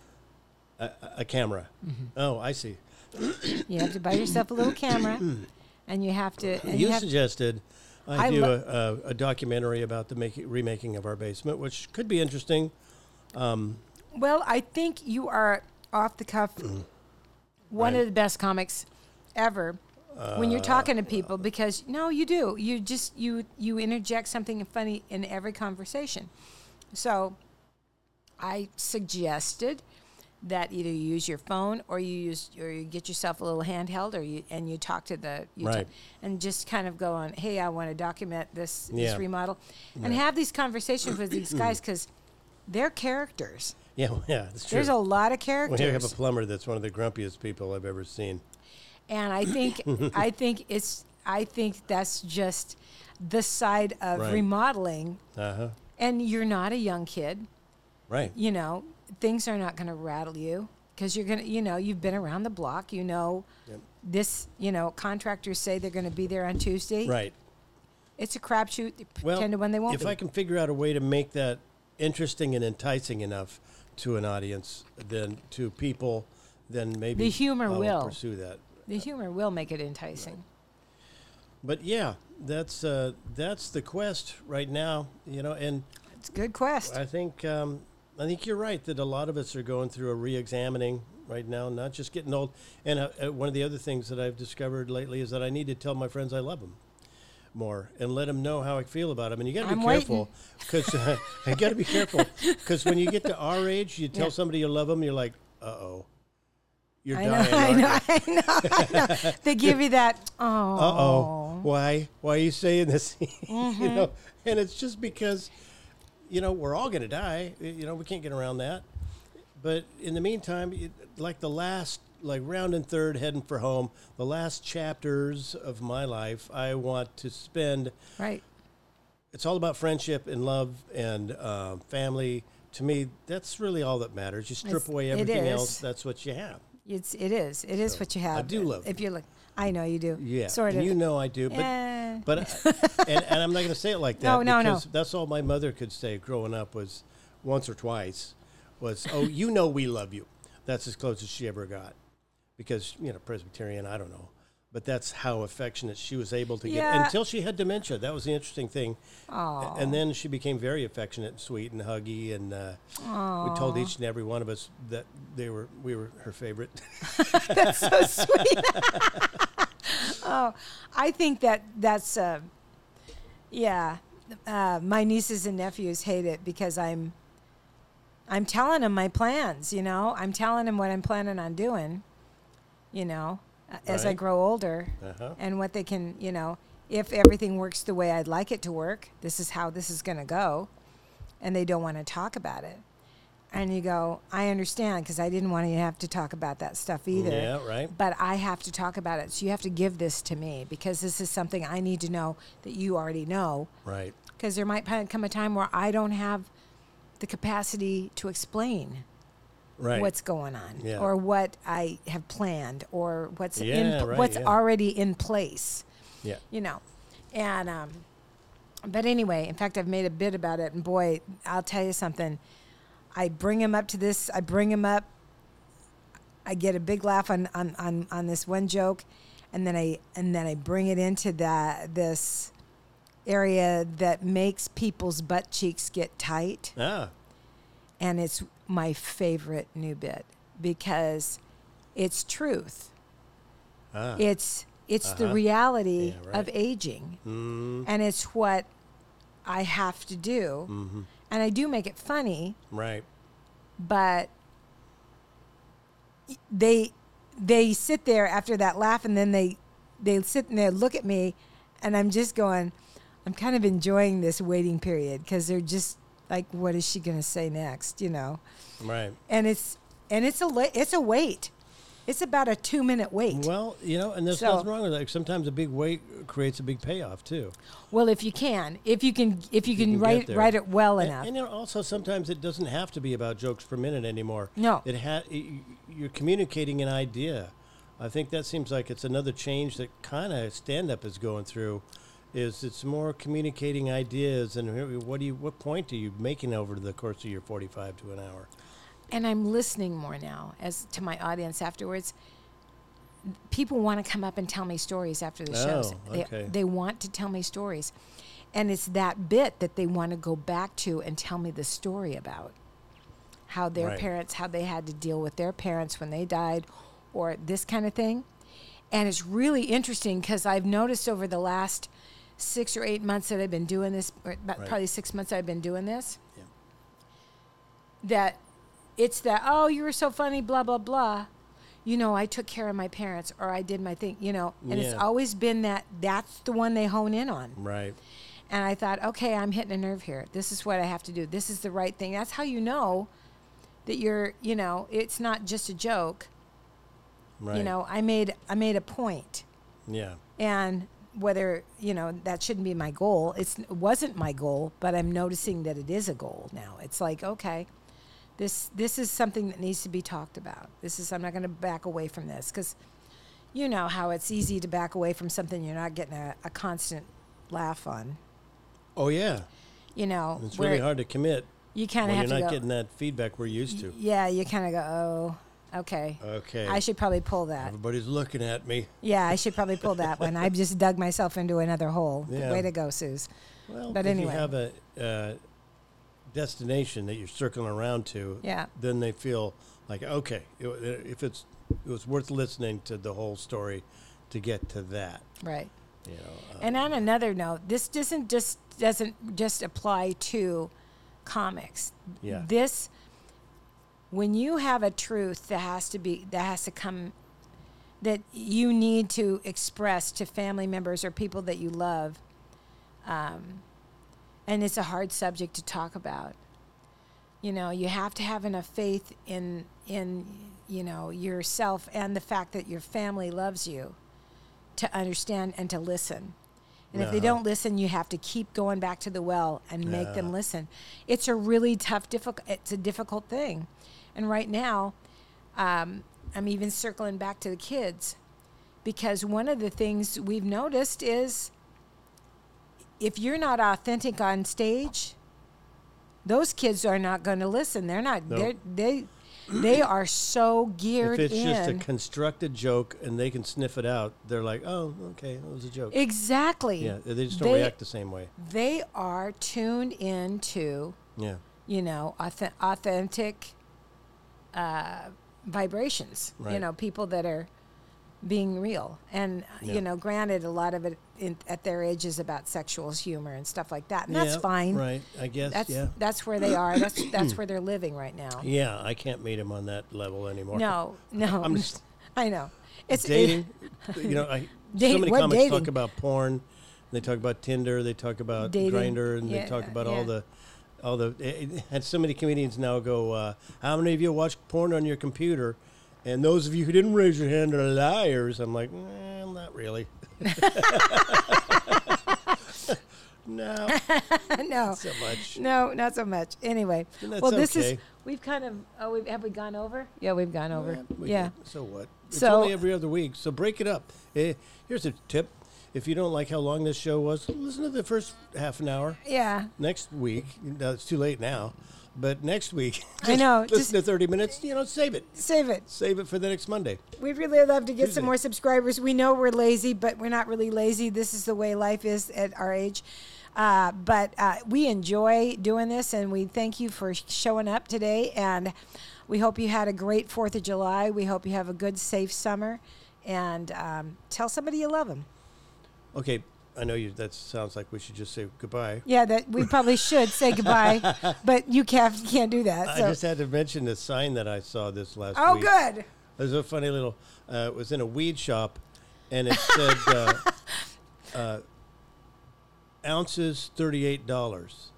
S1: a, a camera oh i see
S2: You have to buy yourself a little camera, and you have to. And
S1: you,
S2: you have,
S1: suggested i,
S2: I
S1: do
S2: lo-
S1: a, a, a documentary about the making remaking of our basement which could be interesting
S2: well, I think you are off the cuff, one
S1: Mm-hmm. Right. Uh,
S2: of the best comics ever. when you're talking to people, because no, you do. You just you you interject something funny in every conversation. So I suggested that either you use your phone or you use or you get yourself a little handheld or you and you talk to the you
S1: Right.
S2: ta- and just kind of go on, hey, I want to document this
S1: Yeah.
S2: this remodel and have these conversations with these guys because they're characters.
S1: yeah yeah it's true
S2: There's a lot of
S1: we
S2: characters.
S1: have a plumber that's one of the grumpiest people i've ever seen
S2: and I think I think it's I think that's just the side of
S1: Right.
S2: remodeling.
S1: uh-huh
S2: And you're not a young kid,
S1: right
S2: you know. Things are not going to rattle you because you're gonna, you know, you've been around the block. You know,
S1: Yep.
S2: this, you know, contractors say they're going to be there on Tuesday.
S1: right
S2: It's a crapshoot. They
S1: well
S2: pretend to when they won't
S1: if
S2: be.
S1: i can figure out a way to make that interesting and enticing enough to an audience then to people then maybe
S2: The humor
S1: I
S2: will.
S1: pursue that
S2: the humor will make it enticing.
S1: but yeah that's uh that's the quest right now you know and
S2: It's a good quest.
S1: i think um i think you're right that a lot of us are going through a re-examining right now not just getting old and uh, uh, one of the other things that i've discovered lately is that i need to tell my friends i love them more and let them know how I feel about them. And you got to be
S2: I'm
S1: careful because uh, you got to be careful because when you get to our age, you tell
S2: Yeah.
S1: somebody you love them, you're like, uh oh, you're
S2: I know,
S1: dying.
S2: I
S1: aren't
S2: know, I know, I know. They give you that. Oh,
S1: Uh oh, why? Why are you saying this? you
S2: Mm-hmm.
S1: know, and it's just because, you know, we're all gonna die. y- You know, we can't get around that. But in the meantime, it, like the last, like round and third, heading for home, the last chapters of my life, I want to spend
S2: right.
S1: it's all about friendship and love and um, family. To me, that's really all that matters. You strip
S2: It's-
S1: away
S2: it
S1: everything
S2: is.
S1: else. That's what you have.
S2: It's it is it is
S1: So,
S2: what you have.
S1: I do love
S2: If you look, I know you do.
S1: Yeah,
S2: sort
S1: and
S2: of.
S1: You know I do, but
S2: Eh.
S1: but and, and I'm not going to say it like that.
S2: No, no, no.
S1: because That's all my mother could say growing up was once or twice was, "Oh, you know we love you." That's as close as she ever got, because you know Presbyterian. I don't know, but that's how affectionate she was able to
S2: Yeah.
S1: get until she had dementia. That was the interesting thing.
S2: Oh,
S1: And then she became very affectionate, and sweet, and huggy, and uh, we told each and every one of us that they were we were her favorite.
S2: that's so sweet. oh, I think that that's uh, yeah. Uh, my nieces and nephews hate it because I'm I'm telling them my plans. You know, I'm telling them what I'm planning on doing. You know, uh, as I
S1: Right.
S2: grow older,
S1: Uh-huh.
S2: and what they can, you know, if everything works the way I'd like it to work, this is how this is going to go. And they don't want to talk about it. And you go, I understand because I didn't want to have to talk about that stuff either.
S1: Mm, Yeah, right.
S2: But I have to talk about it. So you have to give this to me because this is something I need to know that you already know.
S1: Right.
S2: Because there might pa- come a time where I don't have the capacity to explain
S1: Right.
S2: what's going on
S1: Yeah.
S2: or what I have planned or what's in,
S1: Yeah,
S2: pl-
S1: right,
S2: what's
S1: yeah.
S2: already in place
S1: yeah.
S2: you know. And um, but anyway, in fact, I've made a bit about it, and boy, I'll tell you something. I bring him up to this. I bring him up. I get a big laugh on on on, on this one joke, and then I and then I bring it into that this area that makes people's butt cheeks get tight
S1: Ah.
S2: and it's my favorite new bit because it's truth.
S1: Ah.
S2: It's it's the
S1: Uh-huh.
S2: reality
S1: Yeah, right.
S2: of aging,
S1: Mm,
S2: and it's what I have to do, and I do make it funny,
S1: right.
S2: but they they sit there after that laugh, and then they they sit and they look at me, and I'm just going, I'm kind of enjoying this waiting period because they're just like, what is she going to say next, you know?
S1: Right.
S2: and it's and it's a la- it's a wait. It's about a two minute wait. Well,
S1: Well, you know, and there's
S2: So-
S1: nothing wrong with that. Sometimes a big weight creates a big payoff too.
S2: if you can, if you can, if you can,
S1: can get
S2: write
S1: there.
S2: write it well
S1: And,
S2: enough.
S1: and you know, also sometimes it doesn't have to be about jokes per minute anymore.
S2: No.
S1: it ha- y- you're communicating an idea. I think that seems like it's another change that kind of stand up is going through. Is it's more communicating ideas and here- what do you what point are you making over the course of your 45 to an hour?
S2: and I'm listening more now as to my audience afterwards. People want to come up and tell me stories after the shows.
S1: Oh,
S2: They-
S1: okay.
S2: They, want to tell me stories. And it's that bit that they want to go back to and tell me the story about how their
S1: Right.
S2: parents, how they had to deal with their parents when they died, or this kind of thing. And it's really interesting because I've noticed over the last six or eight months that I've been doing this, or about
S1: Right.
S2: probably six months I've been doing this
S1: Yeah.
S2: that it's that oh you were so funny blah blah blah you know i took care of my parents or i did my thing you know and it's
S1: Yeah.
S2: always been that that's the one they hone in on
S1: Right.
S2: and i thought okay i'm hitting a nerve here this is what i have to do this is the right thing that's how you know that you're you know it's not just a joke
S1: Right.
S2: you know i made i made a point
S1: Yeah.
S2: and whether you know that shouldn't be my goal it's, it wasn't my goal but i'm noticing that it is a goal now it's like okay this this is something that needs to be talked about this is i'm not going to back away from this because you know how it's easy to back away from something you're not getting a, a constant laugh on
S1: Oh yeah.
S2: you know
S1: It's
S2: where
S1: really hard to commit
S2: you kind
S1: when
S2: of have
S1: you're not
S2: to go
S1: getting that feedback we're used to.
S2: yeah you kind of go oh okay
S1: Okay. Uh-huh.
S2: i should probably pull that
S1: Everybody's looking at me.
S2: yeah i should probably pull that one i've just dug myself into another hole
S1: Yeah.
S2: way to go suze
S1: Well,
S2: But
S1: if
S2: anyway.
S1: you have a uh, destination that you're circling around to,
S2: Yeah.
S1: then they feel like okay, it, if it's it was worth listening to the whole story to get to that.
S2: right
S1: You know, uh,
S2: And on another note, this doesn't just doesn't just apply to comics.
S1: Yeah.
S2: This when you have a truth that has to be that has to come that you need to express to family members or people that you love, um, and it's a hard subject to talk about. You know, you have to have enough faith in in you know yourself and the fact that your family loves you to understand and to listen. And if they
S1: Uh-huh.
S2: don't listen, you have to keep going back to the well and make them
S1: Yeah.
S2: listen. It's a really tough, difficult. It's a difficult thing, and right now, um, I'm even circling back to the kids because one of the things we've noticed is if you're not authentic on stage, those kids are not going to listen. They're not.
S1: No.
S2: They're, they They are so geared
S1: If it's
S2: in.
S1: just a constructed joke and they can sniff it out, they're like, "Oh, okay, that was a joke."
S2: exactly.
S1: yeah, they just don't
S2: they-
S1: react the same way.
S2: They are tuned into,
S1: Yeah,
S2: you know, auth- authentic uh, vibrations. You
S1: Right.
S2: know, people that are being real. And
S1: Yeah.
S2: you know, granted, a lot of it in, at their age is about sexual humor and stuff like that, and that's
S1: Yeah,
S2: fine.
S1: right? I guess.
S2: That's
S1: yeah,
S2: that's where they are. That's that's where they're living right now.
S1: yeah. I can't meet him on that level anymore.
S2: No, no.
S1: I'm just-
S2: I know. It's it-
S1: dating. you know, I,
S2: Date-
S1: so many
S2: what
S1: comics
S2: dating?
S1: talk about porn. They talk about Tinder. They talk about
S2: Dating,
S1: Grinder, and
S2: yeah,
S1: they talk about
S2: yeah.
S1: all the, all the. eh, eh, and so many comedians now go, uh, "How many of you watch porn on your computer?" And those of you who didn't raise your hand are liars. I'm like, "Eh, not really. no,
S2: no,
S1: not so much.
S2: no, not so much. Anyway,
S1: And that's
S2: well, this is
S1: okay.
S2: we've kind of oh, we have we gone over? Yeah, we've gone over.
S1: Yeah, we
S2: yeah,
S1: did. So what? It's
S2: So-
S1: only every other week. So break it up. Eh, here's a tip: if you don't like how long this show was, listen to the first half an hour.
S2: yeah.
S1: Next week, now it's too late now, but next week,
S2: I know,
S1: Listen
S2: just-
S1: to thirty minutes. You know, save it.
S2: Save it.
S1: Save it for the next Monday.
S2: We'd really love to get
S1: Tuesday.
S2: some more subscribers. We know we're lazy, but we're not really lazy. This is the way life is at our age. Uh, but uh, we enjoy doing this, and we thank you for sh- showing up today. And we hope you had a great Fourth of July. We hope you have a good, safe summer. And um, tell somebody you love them.
S1: Okay, I know you. That sounds like we should just say goodbye.
S2: Yeah, that we probably should say goodbye, but you can't can't do that.
S1: I
S2: So.
S1: just had to mention the sign that I saw this last
S2: oh,
S1: week.
S2: good.
S1: There's a funny little. Uh, it was in a weed shop, and it said uh, uh, ounces thirty eight dollars.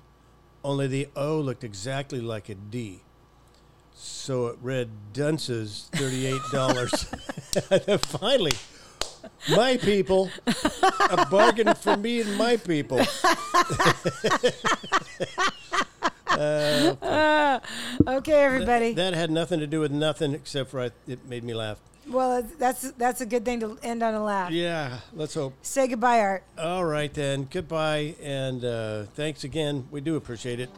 S1: Only the O looked exactly like a D, so it read dunces thirty eight dollars. Finally, my people, a bargain for me and my people.
S2: Okay, everybody.
S1: That had nothing to do with nothing except for I, it made me laugh.
S2: well, that's that's a good thing to end on a laugh.
S1: Yeah, let's hope.
S2: Say goodbye, Art.
S1: All right, then. Goodbye. And uh, thanks again. We do appreciate it.